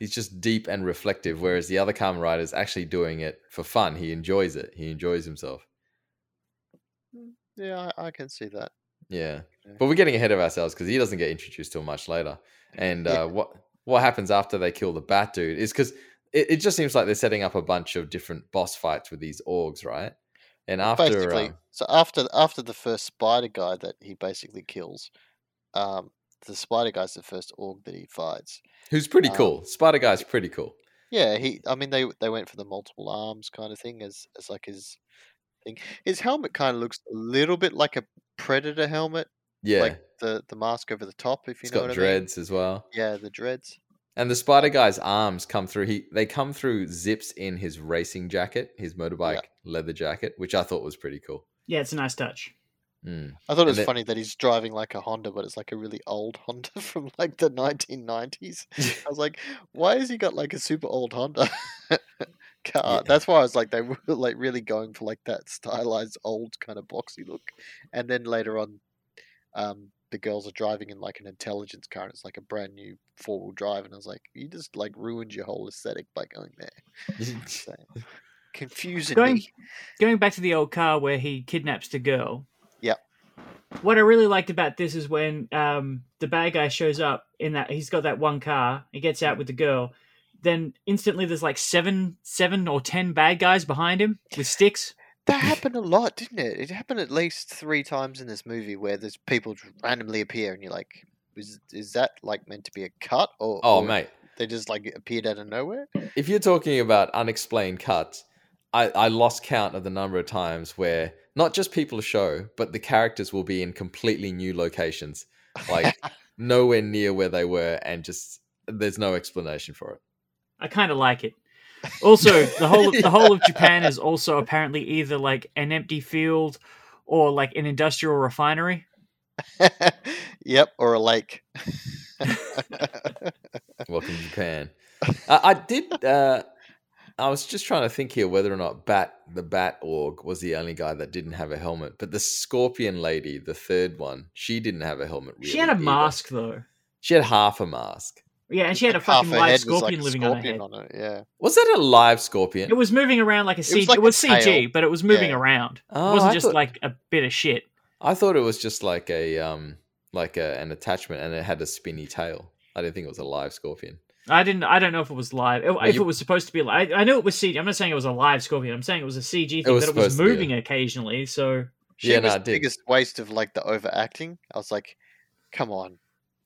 E: He's just deep and reflective, whereas the other Kamen Rider is actually doing it for fun. He enjoys it. He enjoys himself.
F: Yeah, I, I can see that.
E: Yeah,
F: Yeah.
E: but we're getting ahead of ourselves because he doesn't get introduced till much later. And
F: Yeah.
E: uh, what what happens after they kill the bat dude is because it, it just seems like they're setting up a bunch of different boss fights with these orgs, right? And after
F: basically,
E: um,
F: so after after the first spider guy that he basically kills, um, the spider guy's the first org that he fights.
E: who's pretty
F: um,
E: cool, Spider Guy's pretty cool.
F: Yeah, he. I mean, they they went for the multiple arms kind of thing as as like his thing. His helmet kind of looks a little bit like a predator helmet,
E: Yeah,
F: like the the mask over the top. If you
E: it's
F: know
E: got
F: what I mean.
E: dreads as well.
F: Yeah, the dreads.
E: And the spider guy's arms come through. He they come through zips in his racing jacket, his motorbike leather jacket, which I thought was pretty cool.
B: Yeah, it's a nice touch.
E: Mm.
F: I thought
E: And
F: it was
E: the-
F: funny that he's driving like a Honda, but it's like a really old Honda from like the 1990s. I was like, why has he got like a super old Honda car?
E: Yeah.
F: That's why I was like, they were like really going for like that stylized old kind of boxy look. And then later on, um, the girls are driving in like an intelligence car, and it's like a brand new four wheel drive. And I was like, you just like ruined your whole aesthetic by going there. So, confusing
B: Going-
F: me.
B: Going back to the old car where he kidnaps the girl.
F: Yep.
B: What I really liked about this is when um, the bad guy shows up in that he's got that one car. He gets out with the girl. Then instantly, there's like seven, seven or ten bad guys behind him with sticks.
F: That happened a lot, didn't it? It happened at least three times in this movie where there's people just randomly appear, and you're like, "Is is that like meant to be a cut?" Or
E: Oh
F: or
E: mate,
F: they just like appeared out of nowhere.
E: if you're talking about unexplained cuts, I, I lost count of the number of times where not just people show, but the characters will be in completely new locations, like nowhere near where they were, and just there's no explanation for it.
B: I kind of like it. Also, the whole the whole of Japan is also apparently either like an empty field or like an industrial refinery.
F: yep, or a lake.
E: Welcome to Japan. uh, I did. Uh, I was just trying to think here whether or not Bat the Bat Org was the only guy that didn't have a helmet, but the Scorpion Lady, the third one, she didn't have a helmet. Really
B: she had a
E: either.
B: mask though.
E: She had half a mask.
B: Yeah, and she had a
F: Like, half
B: fucking
F: her
B: live
F: head was, like,
B: scorpion
F: a
B: living
F: scorpion
B: on her head.
F: it, Yeah,
E: Was that a live scorpion?
B: It was moving around like a CG. It was,
F: like
B: CG,
F: a tail.
B: but it was moving
F: Yeah.
B: around.
E: Oh,
B: it wasn't
E: I
B: just
E: thought-
B: like a bit of shit.
E: I thought it was just like a um like a, an attachment, and it had a spinny tail. I didn't think it was a live scorpion.
B: I didn't. I don't know if it was live. If if
E: you-
B: it was supposed to be live, I, I know it was CG. I'm not saying it was a live scorpion. I'm saying it was a CG thing,
E: was
B: but it was
E: supposed to be,
B: moving occasionally. So
F: she
E: yeah,
F: was
E: no,
F: the
E: it did.
F: biggest waste of like the overacting. I was like, "Come on."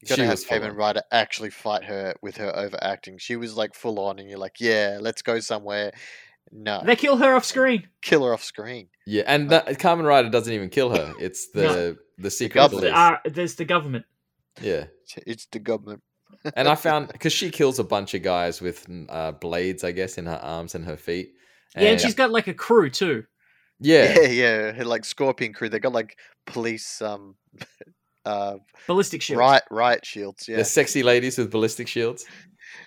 F: You gotta
E: She
F: have
E: was full
F: Kamen
E: on.
F: Ryder actually fight her with her overacting. She was like full on, and you're like, "Yeah, let's go somewhere." No,
B: they kill her off screen.
F: kill her off screen.
E: Yeah, and that Carmen Rider doesn't even kill her. It's the
B: No.
E: the secret
F: government.
E: police.
B: There's, uh, there's the government.
E: yeah.
F: It's the government.
E: and I found because she kills a bunch of guys with mm, uh, blades, I guess, in her arms and her feet.
B: yeah, and she's got like a crew too.
E: yeah,
F: yeah, yeah, had, like Scorpion crew. They got like police, um, uh,
B: Ballistic shield.
F: riot, riot shields, yeah,
E: the sexy ladies with ballistic shields.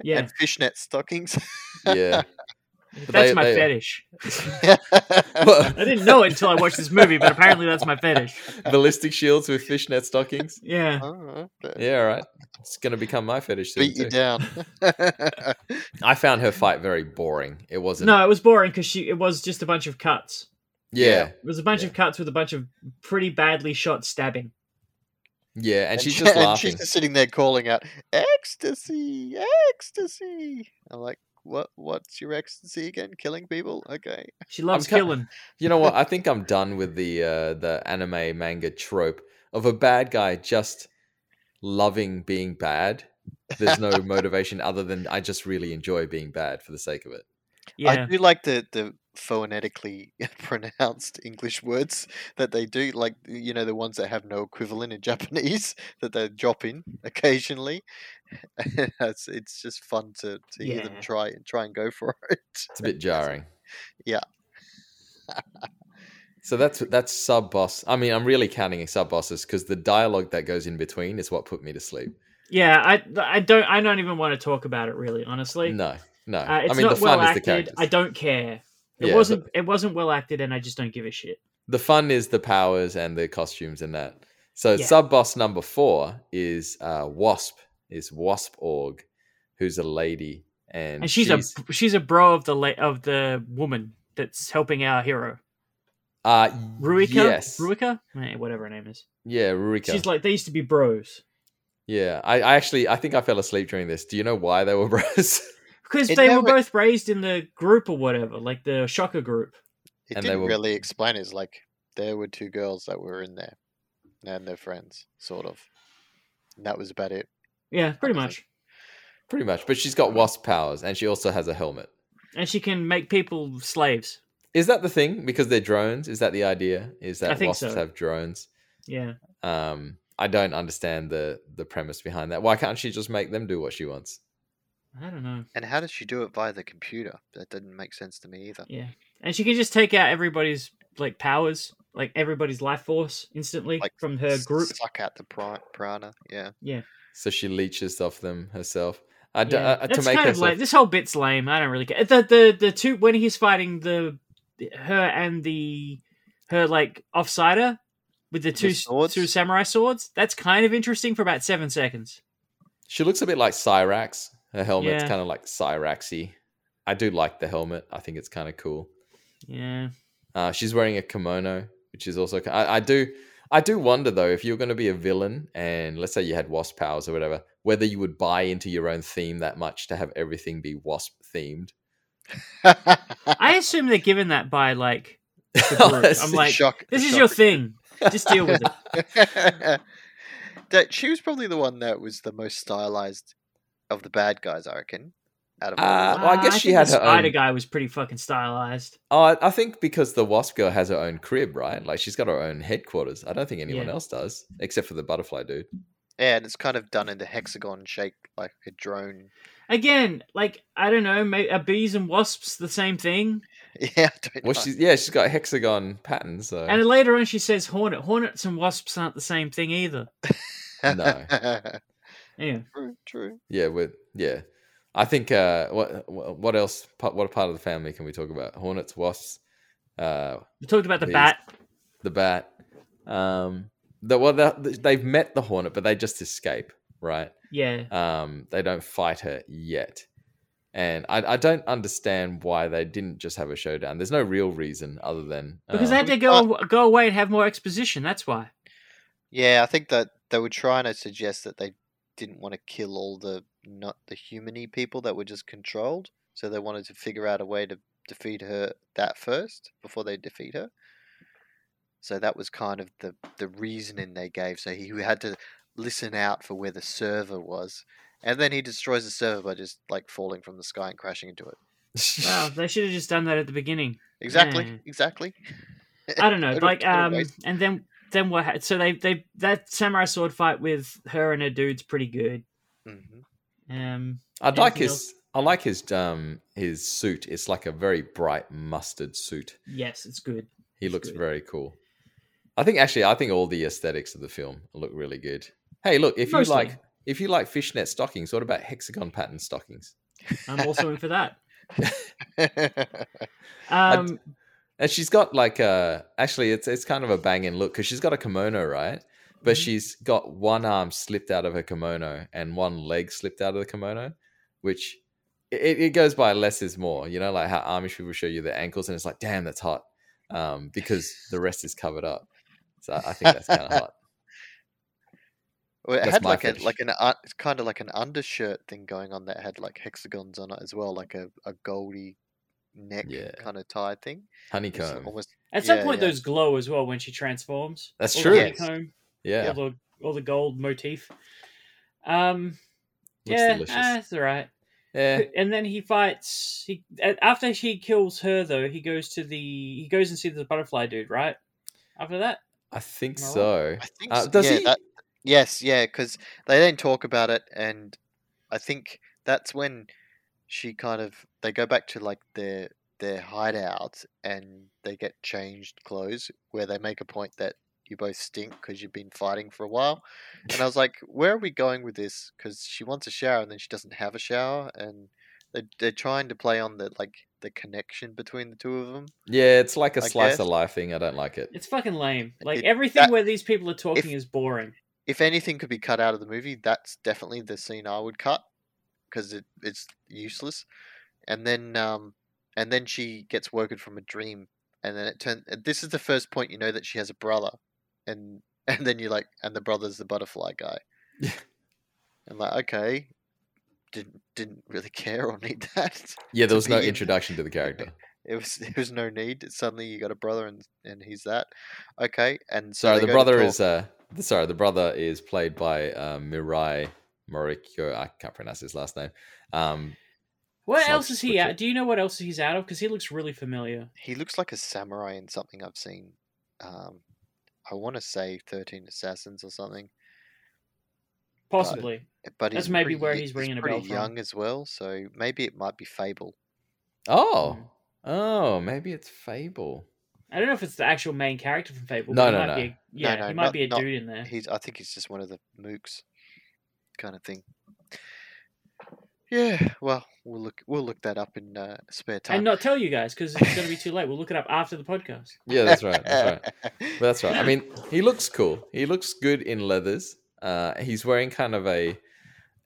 B: Yeah,
F: and fishnet stockings.
E: Yeah,
B: that's
E: they-
B: my
E: they-
B: fetish.
E: What?
B: I didn't know it until I watched this movie, but apparently that's my fetish.
E: ballistic shields with fishnet stockings.
B: Yeah.
F: Oh, okay.
E: Yeah, all right. It's gonna become my fetish soon.
F: Beat you
E: too.
F: down.
E: I found her fight very boring. It wasn't.
B: No, it was boring because she it was just a bunch of cuts.
E: Yeah,
B: It was a bunch of cuts with a bunch of pretty badly shot stabbing.
E: yeah, and she's
F: she-
E: just
F: and she's
E: laughing.
F: just sitting there calling out, "Ecstasy, ecstasy." I'm like, "What? What's your ecstasy again? Killing people? Okay."
B: She loves
E: ca-
B: killing.
E: You know what? I think I'm done with the uh, the anime manga trope of a bad guy just loving being bad. There's no motivation other than I just really enjoy being bad for the sake of it.
F: I
B: Yeah.
F: do like the the phonetically pronounced English words that they do, like you know the ones that have no equivalent in Japanese that they drop in occasionally. it's it's just fun to, to hear them
B: Yeah.
F: try and try and go for it.
E: It's a bit jarring.
F: Yeah.
E: so that's that's sub boss. I mean, I'm really counting sub bosses because the dialogue that goes in between is what put me to sleep.
B: Yeah, I I don't I don't even want to talk about it really, honestly.
E: No, no.
B: Uh, it's
E: I mean,
B: not
E: the
B: well
E: fun is the
B: acted.
E: characters.
B: I don't care. It
E: Yeah, the-
B: wasn't it wasn't well acted and I just don't give a shit.
E: the fun is the powers and the costumes and that. So
B: Yeah.
E: sub boss number four is uh, Wasp. Is Wasp Org, who's a lady, and,
B: And she's, a she's a bro of the la- of the woman that's helping our hero.
E: uh,
B: Ruika?
E: Yes,
B: Ruika? Eh, whatever her name is.
E: yeah, Ruika.
B: She's like they used to be bros.
E: yeah, I, I actually I think I fell asleep during this. Do you know why they were bros?
B: Because
F: It
B: they were
F: never-
B: both raised in the group or whatever, like the shocker group.
F: It
E: And they
F: didn't
E: were-
F: really explain. it. It's like there were two girls that were in there, and they're friends, sort of. And that was about it.
B: Yeah, pretty
F: Honestly.
B: much.
E: Pretty much, but she's got wasp powers, and she also has a helmet.
B: and she can make people slaves.
E: Is that the thing? Because they're drones. Is that the idea? Is that
B: I think
E: wasps
B: so.
E: have drones?
B: Yeah,
E: Um, I don't understand the the premise behind that. Why can't she just make them do what she wants?
B: I don't know.
F: And how does she do it via the computer? That didn't make sense to me either.
B: Yeah, and she can just take out everybody's like powers, like everybody's life force instantly
F: Like,
B: from her
F: S-
B: group.
F: Suck out the pri- piranha. Yeah.
E: So she leeches off them herself. I d-
B: Yeah.
E: uh, to
B: That's
E: make
B: kind
E: herself,
B: of lame. This whole bit's lame. I don't really care. The the the two when he's fighting the her and the her like offsider with the two s-
F: swords?
B: two samurai swords. That's kind of interesting for about seven seconds.
E: she looks a bit like Cyrax. Her helmet's
B: Yeah.
E: kind of like Cyraxy. I do like the helmet. I think it's kind of cool.
B: Yeah,
E: Uh, she's wearing a kimono, which is also. I, I do. I do wonder though if you're going to be a villain, and let's say you had wasp powers or whatever, whether you would buy into your own theme that much to have everything be wasp themed.
B: I assume they're given that by like I'm
F: The
B: like,
F: shock,
B: this
F: the
B: is your
F: shock.
B: thing. Just deal with it.
F: that she was probably the one that was the most stylized of the bad guys, I reckon. Out of all of
E: Uh,
F: them.
E: well, I guess she
B: Ah, think
E: had
B: the
E: her own-
B: spider guy was pretty fucking stylized.
E: Oh, I I think because the wasp girl has her own crib, right? Like she's got her own headquarters. I don't think anyone
B: Yeah.
E: else does, except for the butterfly dude.
F: yeah, and it's kind of done in the hexagon shape, like a drone.
B: Again, like I don't know, may are bees and wasps the same thing?
F: Yeah, I don't
E: Well,
F: know.
E: she's yeah, she's got hexagon patterns. So
B: And later on, she says hornet. Hornets and wasps aren't the same thing either.
E: No.
B: Anyway,
F: true, true.
E: yeah, with yeah, I think uh, what what what else? pa- What part of the family can we talk about? Hornets, wasps, uh,
B: we talked about the
E: Bees.
B: bat.
E: the bat. Um, the, well, the, they've met the hornet, but they just escape, right?
B: Yeah,
E: Um, they don't fight her yet. And I, I don't understand why they didn't just have a showdown. There's no real reason other than
B: because they
E: uh,
B: had to go go away and have more exposition. That's why.
F: Yeah, I think that they were trying to suggest that they didn't want to kill all the not the humany people that were just controlled, so they wanted to figure out a way to defeat her that first before they defeat her. So that was kind of the the reasoning they gave. So he had to listen out for where the server was, and then he destroys the server by just like falling from the sky and crashing into it.
B: Wow, they should have just done that at the beginning.
F: Exactly,
B: Yeah.
F: exactly.
B: I don't know,
F: Total-
B: like
F: total
B: um,
F: waste.
B: and then then what? ha- So they they that samurai sword fight with her and her dude's pretty good.
F: hmm
B: Um,
E: I like
B: anything
E: his.
B: else?
E: I like his um his suit. It's like a very bright mustard suit.
B: yes, it's good.
E: He
B: It's
E: looks
B: good.
E: very cool. I think actually, I think all the aesthetics of the film look really good. Hey, look if
B: Mostly.
E: you like if you like fishnet stockings, what about hexagon pattern stockings?
B: I'm also in for that.
E: d-
B: Um,
E: And she's got like a actually, it's it's kind of a banging look because she's got a kimono, right? But
B: Mhm.
E: she's got one arm slipped out of her kimono and one leg slipped out of the kimono, which it, it goes by less is more. You know, like how Amish people show you their ankles and it's like, damn, that's hot, um, because the rest is covered up. So I think that's kind of hot.
F: Well, it
E: That's
F: had
E: my
F: like a
E: fetish.
F: like an uh, it's kind of like an undershirt thing going on that had like hexagons on it as well, like a, a goldy neck
E: Yeah.
F: kind of tie thing. It was
E: Honeycomb.
F: almost
B: at some
F: yeah,
B: point,
F: yeah.
B: those glow as well when she transforms.
E: That's
B: All the
E: true.
F: Yes.
B: honeycomb.
E: Yeah,
B: all the all the gold motif. Um,
E: looks
B: yeah,
E: delicious.
B: ah, it's all right.
E: yeah,
B: And then he fights. He a- after she kills her though, he goes to the he goes and sees the butterfly dude. Right after that,
E: I think
B: Am I right?
E: so.
F: I think
E: Uh,
F: so-
E: does
F: yeah,
E: he?
F: that- yes, yeah, because they then talk about it, and I think that's when she kind of they go back to like their their hideout and they get changed clothes, where they make a point that you both stink because you've been fighting for a while. And I was like, where are we going with this? Because she wants a shower and then she doesn't have a shower, and they they're trying to play on the like the connection between the two of them.
E: Yeah, it's like a
F: I
E: slice
F: guess.
E: of life thing. I don't like it.
B: it's fucking lame. Like
F: It-
B: everything
E: uh,
F: that-
B: where these people are talking is boring.
F: if anything could be cut out of the movie, that's definitely the scene I would cut because it, it's useless. And then, um, and then she gets woken from a dream, and then it turns. This is the first point you know that she has a brother, and and then you're like, and the brother's the butterfly guy.
E: Yeah.
F: I'm like, okay, didn't didn't really care or need that.
E: Yeah,
F: to
E: there was no
F: be in-
E: introduction to the character.
F: It was there was no need. Suddenly you got a brother, and and he's that. Okay, and so
E: Sorry, the
F: they go to
E: brother
F: talk-
E: is uh, the- sorry, the brother is played by uh, Mirai Morikyo. I can't pronounce his last name. Um,
B: What
E: Sounds
B: else is he
E: legit.
B: out? Do you know what else he's out of? Because he looks really familiar.
F: he looks like a samurai in something I've seen. Um, I want to say Thirteen Assassins or something.
B: Possibly.
F: But
B: That's
F: he's
B: maybe
F: pretty
B: where
F: y-
B: he's ringing a
F: pretty
B: bell from.
F: young as well, so maybe it might be Fable.
E: Oh,
B: Mm.
E: oh, maybe it's Fable.
B: I don't know if it's the actual main character from Fable.
E: No,
B: but he
E: no,
B: might
E: no.
B: Be a, yeah,
F: no,
B: he might
F: not-
B: be a
F: not-
B: dude in there.
F: He's I think he's just one of the mooks kind of thing. Yeah, well, we'll look we'll look that up in uh, spare time.
B: And not tell you guys because it's going to be too late. We'll look it up after the podcast.
E: Yeah, that's right. That's right. Well, that's right. I mean, he looks cool. He looks good in leathers. Uh, he's wearing kind of a.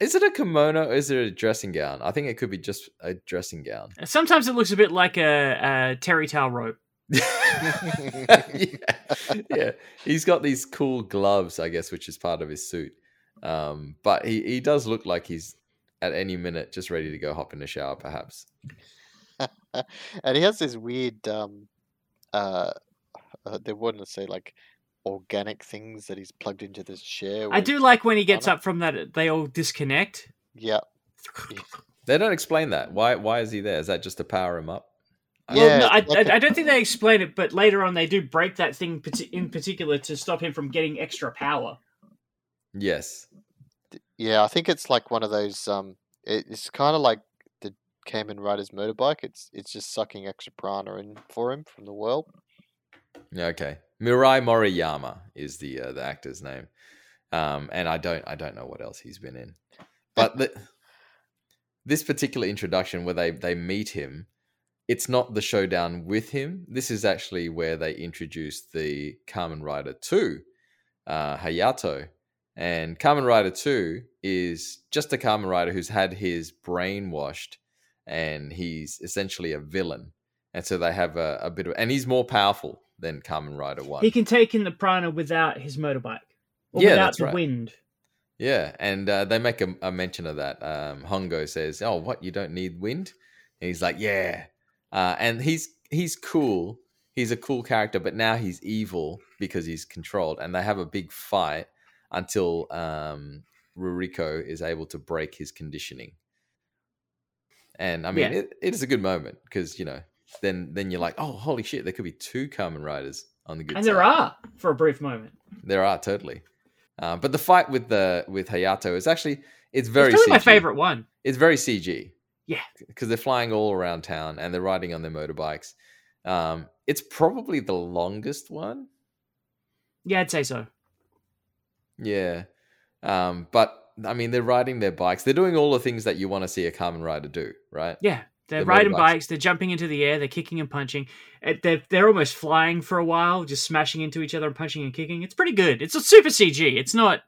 E: Is it a kimono or is it a dressing gown? I think it could be just a dressing gown.
B: And Sometimes it looks a bit like a, a terry towel rope.
E: yeah. yeah. He's got these cool gloves, I guess, which is part of his suit. Um, but he, he does look like he's at any minute just ready to go hop in the shower, perhaps.
F: and he has this weird um uh uh, they wouldn't say like organic things that he's plugged into this chair
B: I
F: with-
B: do like when he gets
F: Anna?
B: up from that, they all disconnect.
F: yeah
E: They don't explain that. Why why is he there? Is that just to power him up?
B: Well, no,
F: Yeah,
B: I,
F: it's like
B: I, I don't think they explain it, but later on they do break that thing parti- in particular to stop him from getting extra power.
E: Yes.
F: yeah i think it's like one of those um it, it's kind of like the kamen rider's motorbike it's it's just sucking extra prana in for him from the world
E: Yeah, Okay. Mirai Moriyama is the uh, the actor's name. Um, and I don't I don't know what else he's been in. But the, this particular introduction where they they meet him, it's not the showdown with him. This is actually where they introduce the Kamen Rider 2, uh, Hayato. And Kamen Rider 2 is just a Kamen Rider who's had his brain washed and he's essentially a villain. And so they have a, a bit of, and he's more powerful than Kamen Rider 1.
B: He can take in the prana without his motorbike or
E: Yeah,
B: without
E: that's
B: the
E: right.
B: wind.
E: Yeah, and uh, they make a, a mention of that. Um, Hongo says, "Oh, what? You don't need wind?" And he's like, "Yeah," uh, and he's he's cool. He's a cool character, but now he's evil because he's controlled. And they have a big fight until um, Ruriko is able to break his conditioning. And I mean,
B: Yeah.
E: it, it is a good moment because you know, then then you're like, "Oh, holy shit! There could be two Kamen Riders on the good."
B: And there
E: side."
B: are for a brief moment.
E: There are totally. Um, but the fight with the with Hayato is actually it's very
B: it's probably my
E: CG.
B: favorite one.
E: It's very CG.
B: Yeah.
E: because they're flying all around town and they're riding on their motorbikes. Um, it's probably the longest one.
B: Yeah, I'd say so.
E: Yeah, um, but I mean they're riding their bikes. They're doing all the things that you want to see a Kamen Rider do, right?
B: Yeah, they're
E: The
B: riding
E: motorbikes.
B: bikes, they're jumping into the air, they're kicking and punching. Uh, They're, they're almost flying for a while, just smashing into each other and punching and kicking. It's pretty good. It's a super CG. It's not.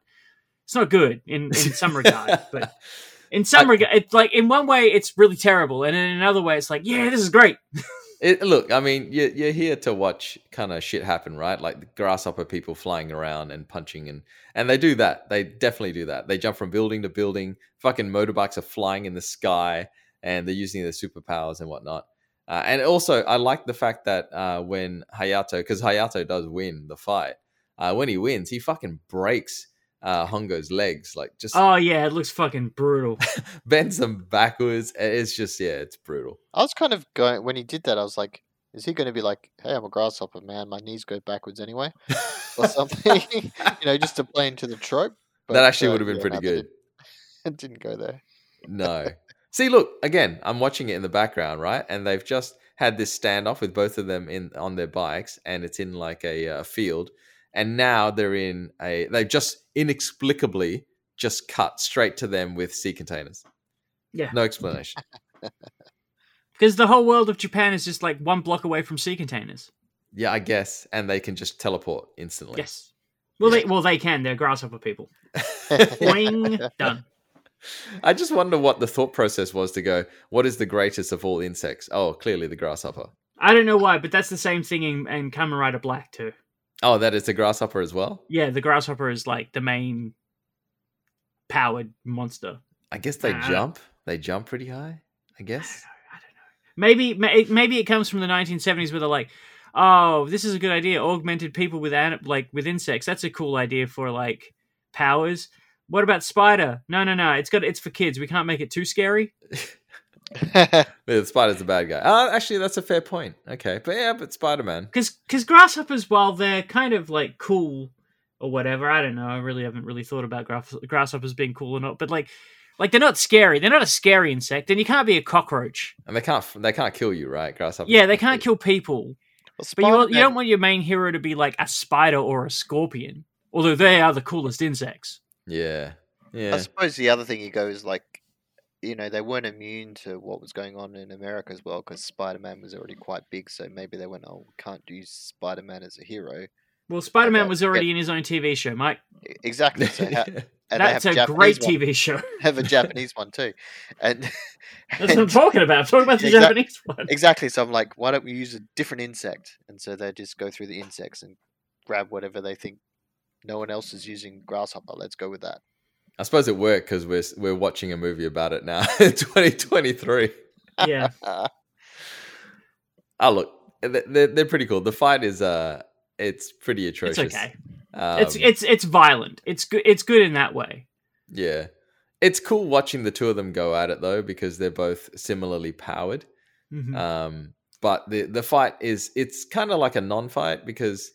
B: It's not good in, in some regard, but in some
E: I-
B: regard, it's like in one way it's really terrible, and in another way it's like, yeah, this is great.
E: It, look, I mean, you're, you're here to watch kind of shit happen, right? Like the grasshopper people flying around and punching, and and they do that. They definitely do that. They jump from building to building. Fucking motorbikes are flying in the sky, and they're using their superpowers and whatnot. Uh, and also, I like the fact that uh, when Hayato, because Hayato does win the fight, uh, when he wins, he fucking breaks uh, Hongo's legs, like just
B: Oh yeah, it looks fucking brutal.
E: bends them backwards. It's just yeah, it's brutal.
F: i was kind of going when he did that i was like is he going to be like hey i'm a grasshopper man my knees go backwards anyway or something you know just to play into the trope
E: that actually
F: uh,
E: would have been
F: yeah,
E: pretty
F: no, they
E: good.
F: didn't- didn't go there
E: No. See, look again. I'm watching it in the background, right? And they've just had this standoff with both of them in on their bikes, and it's in like a uh, field. And now they're in a. They've just inexplicably just cut straight to them with sea containers.
B: Yeah.
E: No explanation.
B: Because the whole world of Japan is just like one block away from sea containers.
E: yeah, I guess. And they can just teleport instantly.
B: Yes. Well, they well they can. They're grasshopper people. Boing. Done.
E: I just wonder what the thought process was to go. What is the greatest of all insects? Oh, clearly the grasshopper.
B: I don't know why, but that's the same thing in, in Kamen Rider Black too.
E: Oh, that is the grasshopper as well.
B: Yeah, the grasshopper is like the main powered monster.
E: I guess they
B: Ah.
E: jump. They jump pretty high. I guess.
B: Maybe may- maybe it comes from the 1970s where they're like, oh, this is a good idea. Augmented people with an- like with insects. That's a cool idea for like powers. What about spider? No, no, no. It's got it's for kids. We can't make it too scary.
E: Yeah, the spider's the bad guy. Uh, actually, that's a fair point. Okay, but yeah, but Spider Man.
B: Because because grasshoppers, while they're kind of like cool or whatever. I don't know. I really haven't really thought about grass- grasshoppers being cool or not, but like, like they're not scary. They're not a scary insect, and you can't be a cockroach.
E: And they can't they can't kill you, right? Grasshoppers.
B: Yeah, they can't kill people, but
F: Well,
B: you, al- you
F: Spider-Man-
B: don't want your main hero to be like a spider or a scorpion, although they are the coolest insects.
E: Yeah.
F: I
E: Yeah.
F: suppose the other thing you go is like, you know, they weren't immune to what was going on in America as well because Spider Man was already quite big. So maybe they went, oh, we can't use Spider Man as a hero.
B: Well, Spider Man
F: Okay,
B: was
F: yeah.
B: already in his own TV show, Mike.
F: E- Exactly. So ha- and
B: That's
F: they
B: a
F: have
B: great
F: Japanese
B: TV show.
F: One, have a Japanese one too. And,
B: That's what I'm talking about. I'm talking about the
F: Exact-
B: Japanese one.
F: exactly. So I'm like, why don't we use a different insect? And so they just go through the insects and grab whatever they think no one else is using grasshopper. Let's go with that.
E: I suppose it worked because we're s- we're watching a movie about it now, 2023.
B: Yeah.
E: Oh look, they- they're, they're pretty cool. The fight is uh, it's pretty
B: It's
E: atrocious.
B: okay.
E: Um,
B: It's it's it's violent. It's good. It's good in that way.
E: yeah, it's cool watching the two of them go at it though because they're both similarly powered.
B: Mhm.
F: Mm-hmm.
E: Um, but the the fight is it's kind of like a non-fight because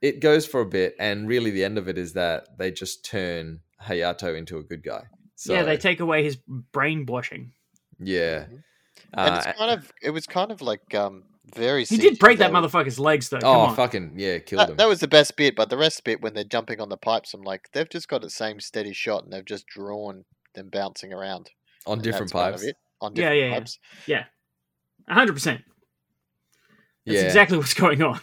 E: it goes for a bit, and really the end of it is that they just turn Hayato into a good guy. So,
B: yeah, they take away his brainwashing.
E: yeah.
F: Mm-hmm. And it's
E: Uh,
F: kind of, it was kind of like um, very.
B: He did
F: CGI
B: break that
F: though.
B: motherfucker's legs though. Come
E: oh
B: on.
E: fucking yeah, killed
F: That,
E: him.
F: that was the best bit, but the rest bit when they're jumping on the pipes, I'm like, they've just got the same steady shot and they've just drawn them bouncing around
E: on
F: and
E: different
F: that's part
E: pipes.
F: of it,
B: Yeah,
F: on different
B: yeah, yeah.
F: pipes.
B: hundred percent. That's
E: Yeah.
B: exactly what's going on.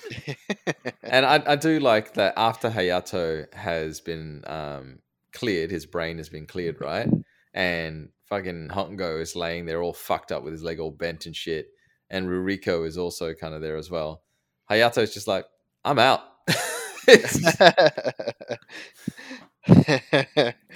E: and I, I do like that after Hayato has been um, cleared, his brain has been cleared, right? And fucking Hongo is laying there all fucked up with his leg all bent and shit. And Ruriko is also kind of there as well. Hayato's just like, I'm out. It's just- oh,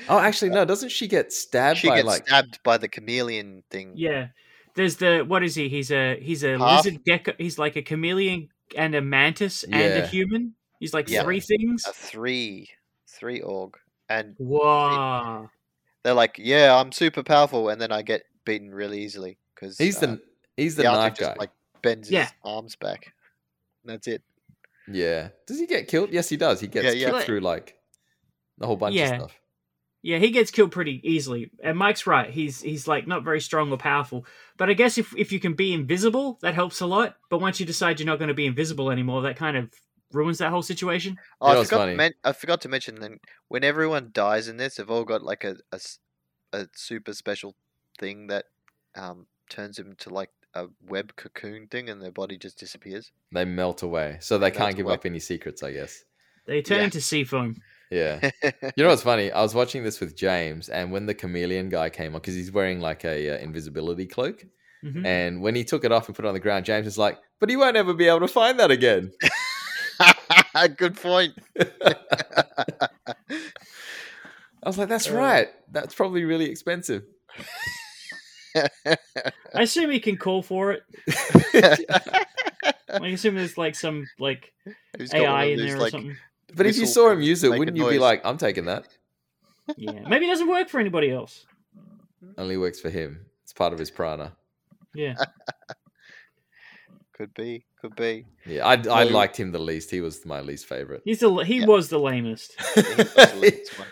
E: actually, no, doesn't she get stabbed
F: she
E: by
F: gets
E: like.
F: stabbed by the chameleon thing.
B: Yeah. There's the what is he? He's a he's a
F: Half.
B: lizard gecko. He's like a chameleon and a mantis and a
E: Yeah.
B: human. He's like
F: Yeah.
B: three things.
F: A uh, three, three org. And
B: Wow.
F: they're like, yeah, I'm super powerful. And then I get beaten really easily because
E: He's the, he's the knife guy.
F: just like bends
B: Yeah.
F: his arms back. And that's it.
E: yeah. Does he get killed? Yes, he does. He gets
F: Yeah, yeah.
E: killed through like a whole bunch
B: Yeah.
E: of stuff.
B: Yeah, he gets killed pretty easily. And Mike's right. He's he's like not very strong or powerful. But I guess if if you can be invisible, that helps a lot. But once you decide you're not going to be invisible anymore, that kind of ruins that whole situation.
F: Oh,
E: know
F: I
E: what's
F: forgot,
E: funny?
F: to men- I forgot to mention then when everyone dies in this, they've all got like a, a s- a super special thing that um, turns them to like a web cocoon thing, and their body just disappears.
E: They melt away. So they
F: Melt
E: can't give
F: away.
E: up any secrets, I guess.
B: They turn
F: Yeah.
B: into sea foam.
E: Yeah. You know what's funny? I was watching this with James, and when the chameleon guy came on, because he's wearing like a uh, invisibility cloak,
F: Mm-hmm.
B: Mhm.
E: and when he took it off and put it on the ground, James was like, "But he won't ever be able to find that again."
F: Good point.
E: I was like, "That's
F: Uh.
E: right. That's probably really expensive."
B: I assume he can call for it. I assume there's like some like
F: Who's got one
B: AI
F: of
B: in
F: those,
B: there or
F: like-
B: something.
E: But if you
F: Whistle
E: saw him
F: and
E: use it,
F: make a
E: wouldn't you be
F: noise.
E: like, "I'm taking that"?
B: Yeah, maybe it doesn't work for anybody else.
E: Only works for him. It's part of his prana.
B: Yeah,
F: Could be, could be.
E: Yeah, I, I
F: Well-
E: liked him the least. He was my least favorite.
B: he's the he
F: Yeah.
B: was the lamest.
F: I think that's the latest one.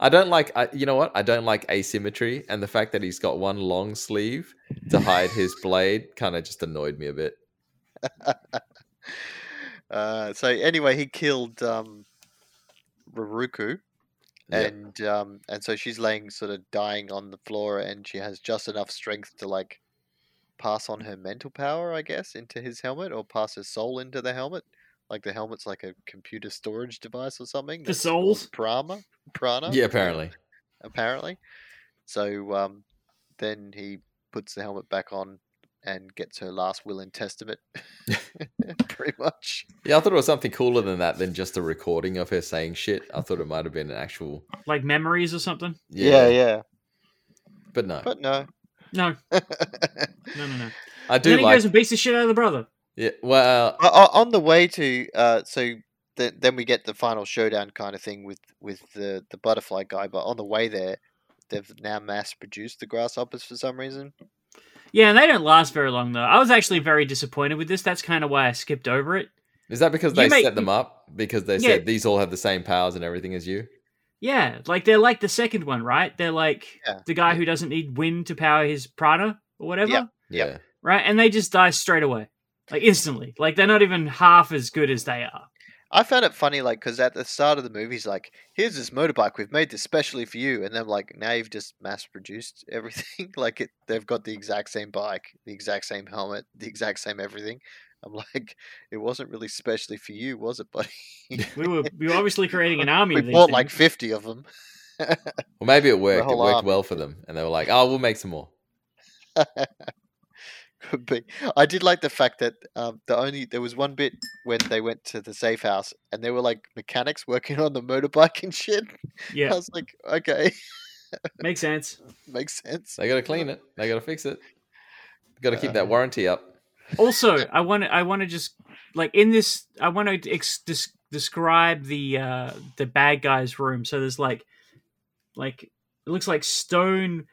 E: I don't like. I, you know what? I don't like asymmetry, and the fact that he's got one long sleeve to hide his blade kind of just annoyed me a bit.
F: Uh, so anyway, he killed um, Ruruku,
E: Yeah.
F: and um, and so she's laying sort of dying on the floor, and she has just enough strength to like pass on her mental power, I guess, into his helmet, or pass her soul into the helmet. Like the helmet's like a computer storage device or something.
B: The
F: that's stored
B: souls?
F: prana, prana.
E: Yeah, apparently.
F: apparently. So um, then he puts the helmet back on and gets her last will and testament, pretty much.
E: Yeah, I thought it was something cooler than that than just a recording of her saying shit. I thought it might have been an actual.
B: Like memories or something.
E: Yeah,
F: yeah.
E: But no,
F: But no.
B: No, no, no, no.
E: I
B: then
E: do
B: he
E: like.
B: goes and beats the shit out of the brother.
E: Yeah, well,
F: O- o- on the way to uh, so th- then we get the final showdown kind of thing with with the the butterfly guy. But on the way there, they've now mass produced the grasshoppers for some reason.
B: Yeah, and they don't last very long though. I was actually very disappointed with this. That's kind of why I skipped over it.
E: is that because
B: You
E: they
B: make-
E: set them up? because they
B: Yeah.
E: said these all have the same powers and everything as you.
B: Yeah, like they're like the second one, right? They're like
F: Yeah.
B: the guy who doesn't need wind to power his prana or whatever,
F: Yeah.
E: Yeah.
B: right? And they just die straight away, like instantly. Like they're not even half as good as they are.
F: I found it funny, like, because at the start of the movie, he's like, "Here's this motorbike. We've made this specially for you," and then like now you've just mass-produced everything. like, it, they've got the exact same bike, the exact same helmet, the exact same everything. I'm like, it wasn't really specially for you, was it, buddy?
B: We were we were obviously creating an army.
F: we
B: of these
F: bought like
B: things.
F: 50 of them.
E: Well, maybe it worked. It
F: whole
E: worked
F: army.
E: well for them, and they were like, "Oh, we'll make some more."
F: Could be. I did like the fact that um, the only there was one bit when they went to the safe house and there were like mechanics working on the motorbike and shit. I
B: yeah,
F: was like, okay,
B: makes sense.
F: makes sense.
E: They got to clean it. They got to fix it. Got to keep that warranty up.
B: Also, I want to I want to just like in this I want to ex- dis- describe the uh the bad guys room. So there's like like it looks like stone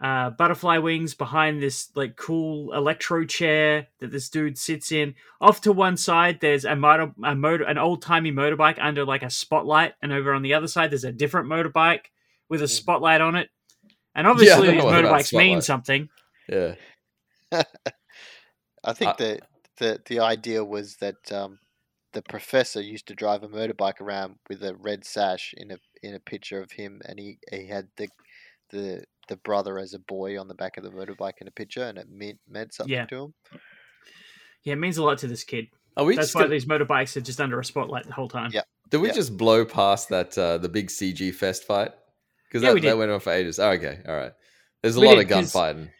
B: uh, butterfly wings behind this like cool electro chair that this dude sits in. Off to one side, there's a motor, a motor, an old timey motorbike under like a spotlight, and over on the other side, there's a different motorbike
E: Hmm.
B: with a spotlight on it. And obviously,
E: know
B: these
E: what about
B: motorbikes mean
E: spotlight.
B: something.
E: Yeah,
F: I think
E: Uh,
F: the, the the idea was that um, the professor used to drive a motorbike around with a red sash in a in a picture of him, and he, he had the the the brother as a boy on the back of the motorbike in a picture, and it meant meant something
B: Yeah.
F: to him.
B: Yeah, it means a lot to this kid.
E: are we
B: That's
E: just
B: why
E: gonna-
B: these motorbikes are just under a spotlight the whole time.
F: Yeah.
E: did we
F: yeah.
E: just blow past that uh, the big CG fest fight? Because
B: Yeah,
E: that,
B: we
E: that
B: did.
E: went on for ages. Oh, okay, all right. There's a
B: We
E: lot
B: did,
E: of
B: 'cause-
E: gunfighting.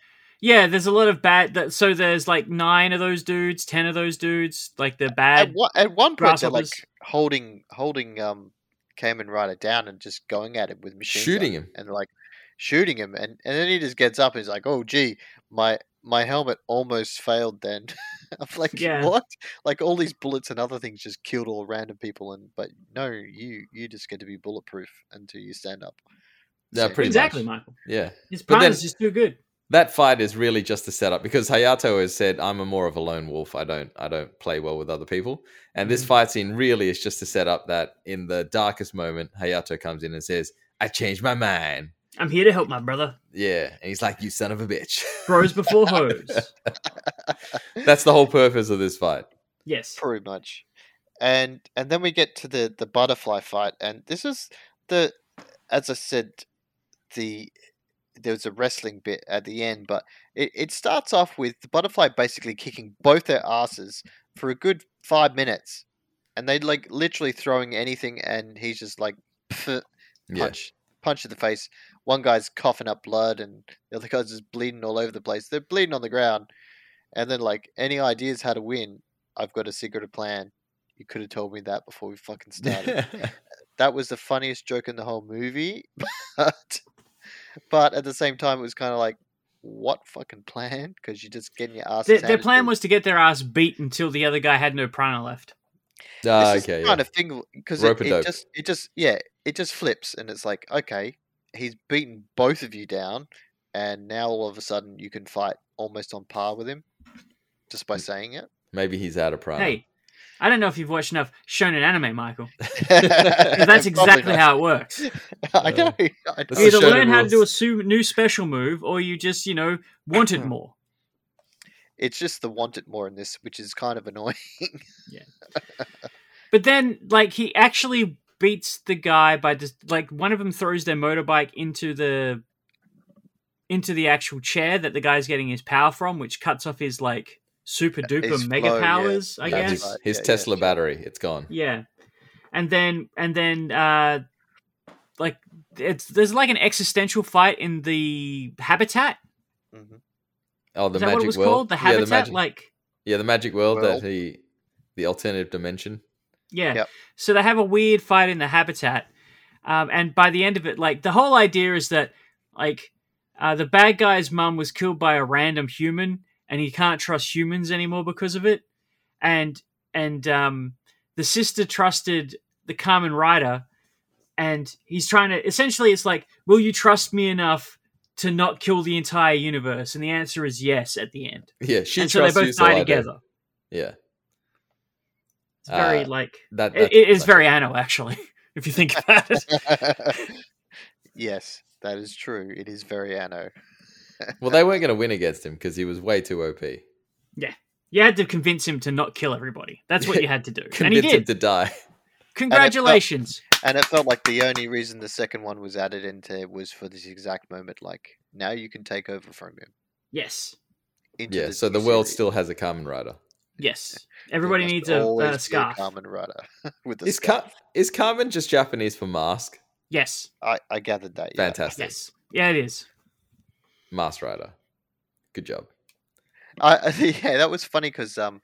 B: Yeah, there's a lot of bad. That, so there's like nine of those dudes, ten of those dudes, like the bad.
F: At one, at one point, they're like
B: grasshoppers.
F: holding holding um Kamen Rider down and just going at him with machine
E: Shooting
F: gun
E: him.
F: and like shooting him, and and then he just gets up and he's like, "Oh, gee, my my helmet almost failed." Then I'm like,
B: Yeah.
F: "What?" Like all these bullets and other things just killed all random people, and but no, you you just get to be bulletproof until you stand up.
E: Yeah,
F: So-
E: pretty
B: exactly,
E: much.
B: Michael.
E: Yeah,
B: His
E: But then-
B: partner's just too good.
E: that fight is really just a setup because Hayato has said, "I'm a more of a lone wolf. I don't, I don't play well with other people." And this
B: Mhm.
E: fight scene really is just to set up that in the darkest moment, Hayato comes in and says, "I changed my mind."
B: I'm here to help my brother.
E: Yeah, and he's like, "You son of a bitch."
B: Bros before hoes.
E: That's the whole purpose of this fight.
B: Yes.
F: pretty much. And and then we get to the the butterfly fight, and this is the as I said, the there was a wrestling bit at the end, but it, it starts off with the butterfly basically kicking both their asses for a good five minutes, and they like literally throwing anything, and he's just like punch
E: Yeah.
F: punch in the face. One guy's coughing up blood, and the other guy's just bleeding all over the place. They're bleeding on the ground, and then like any ideas how to win, I've got a secret plan. You could have told me that before we fucking started. that was the funniest joke in the whole movie, but but at the same time, it was kind of like, what fucking plan? Because you're just getting your ass.
B: Their, their plan was to get their ass beat until the other guy had no prana left.
E: Ah,
F: this
E: okay.
F: is
E: yeah.
F: kind of thing because it,
E: Rope-a-dope.
F: it just it just yeah it just flips and it's like okay he's beaten both of you down and now all of a sudden you can fight almost on par with him just
E: Mm.
F: by saying it.
E: Maybe he's out of prime.
B: Hey, I don't know if you've watched enough shonen anime, Michael. but that's
F: That's
B: exactly how it works.
F: I know. I
E: This
B: You
E: is
F: know.
B: either
E: shonen
B: learn how to do a
E: rules. Hmm.
B: su- new special move, or you just, you know, want it more.
F: It's just the want it more in this, which is kind of annoying.
B: But then, like, he actually beats the guy by just like one of them throws their motorbike into the into the actual chair that the guy's getting his power from, which cuts off his like super
F: His
B: duper mega
F: flow, yeah.
B: powers. I
E: That's
B: guess.
E: his-
F: Right,
E: His
F: yeah, yeah,
E: Tesla
F: sure.
E: battery, it's gone.
B: Yeah. And then and then uh like it's there's like an existential fight in the habitat.
F: Mhm.
E: Oh, the
B: Is that
E: magic
B: what it was
E: world.
B: called? The habitat
E: Yeah, the magic,
B: like
E: yeah, the magic world,
F: World.
E: that he, the alternative dimension.
B: yeah.
F: Yep.
B: So they have a weird fight in the habitat. Um and by the end of it like the whole idea is that like uh the bad guy's mum was killed by a random human and he can't trust humans anymore because of it. And and um the sister trusted the Carmen Rider, and he's trying to essentially it's like, will you trust me enough to not kill the entire universe? And the answer is yes at the end.
E: Yeah, she
B: and so they
E: trusts
B: both
E: you,
B: die
E: I do.
B: together.
E: Yeah,
B: It's very
E: Uh,
B: like it,
E: That that's-
B: it is
E: that-
B: very Anno actually. If you think about it,
F: yes, that is true. It is very Anno.
E: Well, they weren't going to win against him because he was way too OP.
B: you had to convince him to not kill everybody. That's what you had to do, and he
E: Convince him
B: did.
E: to die.
B: Congratulations.
F: And it felt like the only reason the second one was added into was for this exact moment. Like, now you can take over from him.
B: Yes,
F: Into
E: Yeah.
F: this
E: So
F: new
E: the world
F: series.
E: still has a Kamen Rider.
B: yes.
F: There
B: Everybody
F: must
B: needs a,
F: always be
B: a scarf.
F: Kamen Rider with the
E: Is
F: scarf.
E: Ka- is Kamen just Japanese for mask?
B: Yes,
F: I, I gathered that. Yeah.
E: Fantastic.
B: yes, yeah, it is.
E: Mask Rider. Good job.
F: I, I think- yeah, that was funny because um,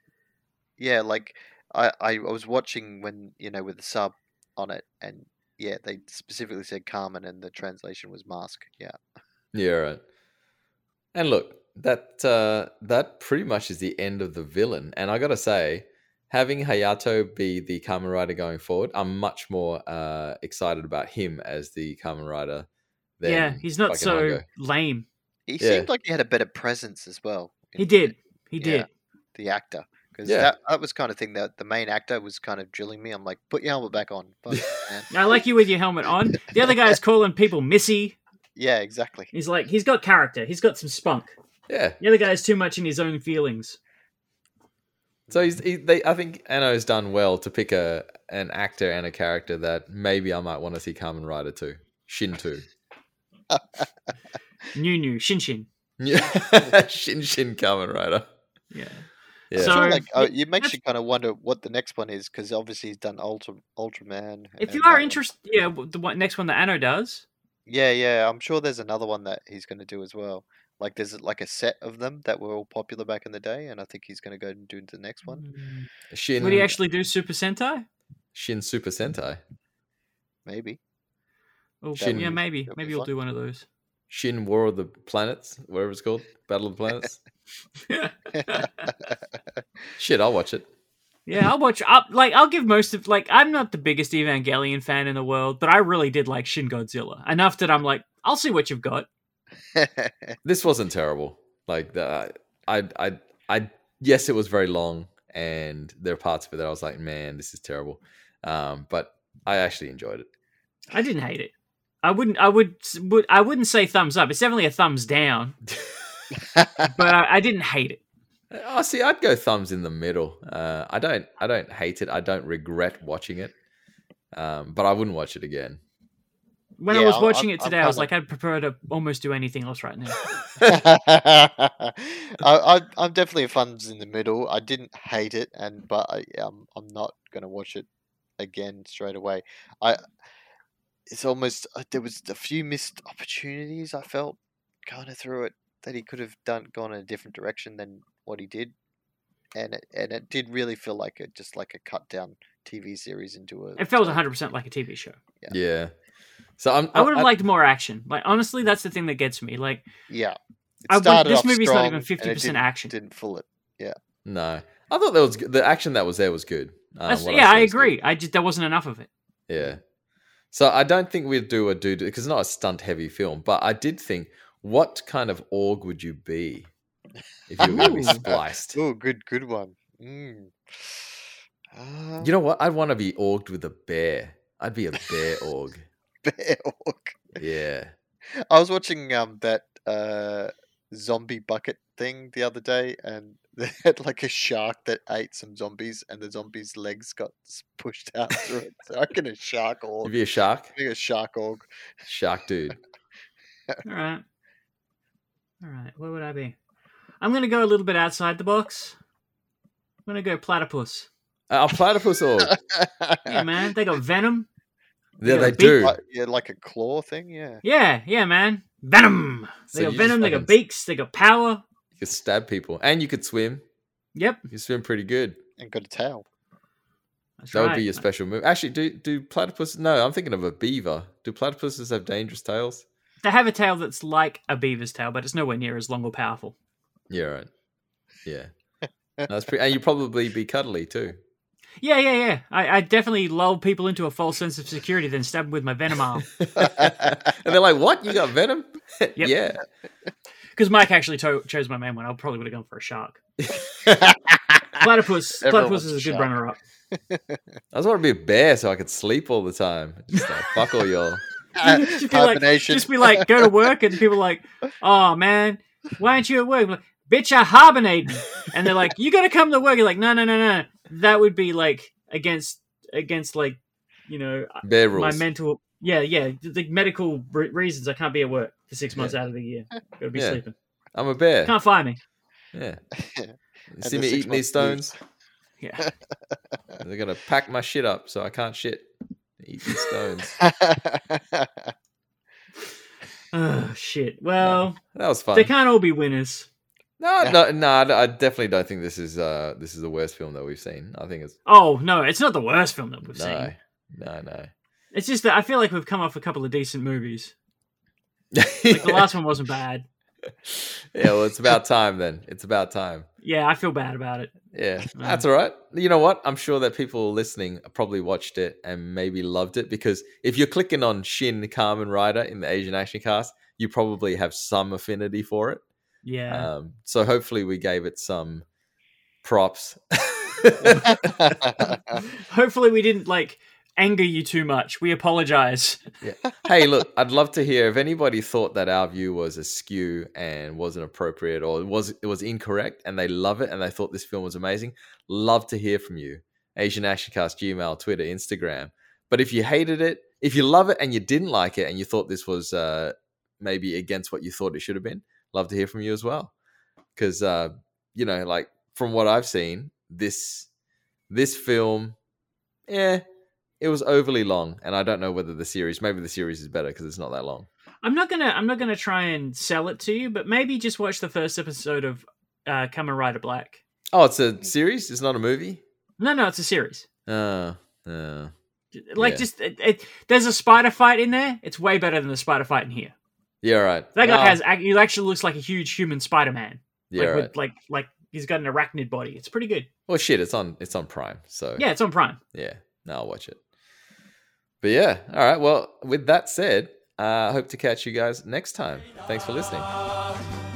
F: yeah, like I I was watching when you know with the sub on it, and yeah, they specifically said Carmen, and the translation was mask. Yeah,
E: Yeah, right. And look, that uh, that pretty much is the end of the villain. And I gotta say, having Hayato be the Kamen Rider going forward, I'm much more uh, excited about him as the Kamen Rider. Than
B: yeah, he's not
E: fucking
B: so
E: Hongo.
B: lame.
F: he
E: Yeah.
F: seemed like he had a better presence as well.
B: He
F: in-
B: did. He
F: Yeah.
B: did.
F: the actor because
E: Yeah.
F: that that was kind of thing that the main actor was kind of drilling me. I'm like, put your helmet back on. Fuck, man.
B: I like you with your helmet on. The other guy's calling people Missy.
F: Yeah, exactly.
B: He's like, he's got character. He's got some spunk.
E: Yeah.
B: The other guy's too much in his own feelings.
E: So he's, he, they, I think Anno's done well to pick a an actor and a character that maybe I might want to see Kamen Rider too. Shin too.
B: New, new, Shin Shin.
E: Yeah. Shin Shin Kamen Rider.
B: Yeah.
E: Yeah.
B: So-
F: Like, uh,
E: oh,
B: y-
F: it makes
B: that's-
F: you kind of wonder what the next one is because obviously he's done Ultra Ultraman.
B: If you
F: and that
B: are
F: one.
B: interested, yeah, w- the one, next one that Anno does.
F: Yeah, yeah. I'm sure there's another one that he's going to do as well. Like there's like a set of them that were all popular back in the day, and I think he's going to go and do the next one.
E: Shin
B: Would he actually do Super Sentai?
E: Shin Super
B: Mm.
E: Sentai.
F: Maybe.
B: Oh,
E: Shin-
B: yeah, maybe.
F: That'd be
B: Maybe he'll
F: fun.
B: do one of those.
E: Shin War of the Planets, whatever it's called, Battle of the Planets. Shit, I'll watch it.
B: yeah, I'll watch. I'll, like, I'll give most of. Like, I'm not the biggest Evangelion fan in the world, but I really did like Shin Godzilla enough that I'm like, I'll see what you've got.
E: This wasn't terrible. Like the, I, I, I, yes, it was very long, and there are parts of it that I was like, man, this is terrible. Um, but I actually enjoyed it.
B: I didn't hate it. I wouldn't. I would. Would. I wouldn't say thumbs up. It's definitely a thumbs down. But I, I didn't hate it.
E: Oh, see, I'd go thumbs in the middle. Uh, I don't, I don't hate it. I don't regret watching it. Um, but I wouldn't watch it again.
B: When I
F: Yeah,
B: was
F: I'm-
B: watching
F: I'm-
B: it
F: I'm
B: today, I was
F: kinda-
B: like, I'd prefer to almost do anything else right now.
F: I, I, I'm definitely a funds in the middle. I didn't hate it, and but I, um, I'm not going to watch it again straight away. I, it's almost uh, there was a few missed opportunities. I felt kind of through it that he could have done gone in a different direction than what he did, and it, and it did really feel like a, just like a cut down TV series into a.
B: It felt
F: like-
B: 100 percent like a TV show.
E: Yeah. So I'm.
B: I would have
E: I-
B: liked more action. Like honestly, that's the thing that gets me. Like
F: Yeah, it
B: I would-
F: started
B: this
F: off
B: movie's not
F: strong,
B: even
F: and it
B: 50%
F: didn't-
B: action.
F: Didn't full it.
E: no. I thought that was good. the action that was there was good. Um,
B: that's,
E: what
B: yeah,
E: saw
B: I
E: was good.
B: agree. I just there wasn't enough of it.
E: Yeah. So I don't think we'd do a dude because it's not a stunt heavy film, but I did think, what kind of org would you be if you were going to be
B: Ooh.
E: spliced?
F: Oh, good, good one. Mm. Uh,
E: You know what? I'd want to be orged with a bear. I'd be a bear org.
F: bear orc.
E: Yeah.
F: I was watching um that uh zombie bucket thing the other day, and they had like a shark that ate some zombies, and the zombies' legs got s- pushed out through it. So I can a shark
E: You'd
F: org.
E: be a shark.
F: Be a shark org.
E: Shark dude.
B: All right, all right. Where would I be? I'm gonna go a little bit outside the box. I'm gonna go platypus.
E: A platypus org.
B: Yeah, man, they got venom.
E: Yeah,
B: got a
E: they
B: big
E: do.
F: Like- yeah, like a claw thing. Yeah.
B: Yeah, yeah, man, venom. They
E: So
B: got
E: you just
B: venom. They got
E: fucking-
B: beaks. They got power.
E: You could stab people, and you could swim.
B: Yep,
E: You swim pretty good.
F: And got a tail.
B: that's
E: That
B: right.
E: would be your special move. Actually, do do platypus? No, I'm thinking of a beaver. Do platypuses have dangerous tails?
B: They have a tail that's like a beaver's tail, but it's nowhere near as long or powerful.
E: Yeah, right. Yeah. That's pretty, and you probably be cuddly too.
B: Yeah, yeah, yeah. I, I definitely lull people into a false sense of security, then stab them with my venom arm.
E: and they're like, "What? You got venom?" yeah.
B: Because Mike actually to- chose my main one. I probably would have gone for a shark. Platypus.
F: Everyone
B: platypus
F: wants
B: is
F: a
B: a good
F: shark.
B: runner-up.
E: I just want to be a bear so I could sleep all the time. Just like, fuck all y'all.
B: just, be like,
F: Uh, Hibernation.
B: just be like, go to work, and people are like, oh man, why aren't you at work? I'm like, bitch, I hibernate, and they're like, you gotta come to work. You're like, no, no, no, no. That would be like against against like, you know, uh,
E: Bear
B: my
E: rules.
B: mental. Yeah, yeah. The medical re- reasons I can't be at work for six months out of the year. Gotta be
E: Yeah.
B: sleeping.
E: I'm a bear.
B: Can't fire me.
E: Yeah.
F: And
E: You see me
F: the six
E: eating these
F: months
E: stones?
B: Yeah.
E: They're gonna pack my shit up so I can't shit. Eat these stones.
B: Oh shit. Well,
E: That was fun.
B: they can't all be winners.
E: No,
F: Yeah.
E: no, no. I I definitely don't think this is uh this is the worst film that we've seen. I think it's
B: Oh no, it's not the worst film that we've
E: no,
B: seen.
E: no, no.
B: It's just that I feel like we've come off a couple of decent movies. Like the last one wasn't bad.
E: yeah, well, it's about time then. It's about time.
B: Yeah, I feel bad about it.
E: Yeah, that's all right. You know what? I'm sure that people listening probably watched it and maybe loved it because if you're clicking on Shin Carmen Rider in the Asian Action Cast, you probably have some affinity for it.
B: Yeah.
E: Um, so hopefully we gave it some props.
B: Hopefully we didn't like anger you too much. We apologize.
E: hey, look, I'd love to hear if anybody thought that our view was askew and wasn't appropriate or was it was incorrect and they love it and they thought this film was amazing. Love to hear from you. Asian Actioncast, Gmail, Twitter, Instagram. But if you hated it, if you love it and you didn't like it and you thought this was uh, maybe against what you thought it should have been, love to hear from you as well. Because uh, you know, like from what I've seen, this this film, eh, yeah, it was overly long, and I don't know whether the series. Maybe the series is better because it's not that long.
B: I'm not gonna I'm not gonna try and sell it to you, but maybe just watch the first episode of uh Kamen Rider Black.
E: Oh, it's
B: Mm.
E: a series. It's not a movie.
B: No, no, it's a series.
E: Uh, uh,
B: Like
E: Yeah.
B: just it, it, there's a spider fight in there. It's way better than the spider fight in here.
E: yeah, all right.
B: That guy
E: Ah,
B: has ac- he actually looks like a huge human Spider Man.
E: yeah,
B: like,
E: all right.
B: with, like like he's got an arachnid body. It's pretty good.
E: Well, shit, it's on. It's on Prime. So
B: Yeah, it's on Prime.
E: yeah. No, I'll watch it. But yeah, all right. Well, with that said, uh, I hope to catch you guys next time. Thanks for listening.
A: 「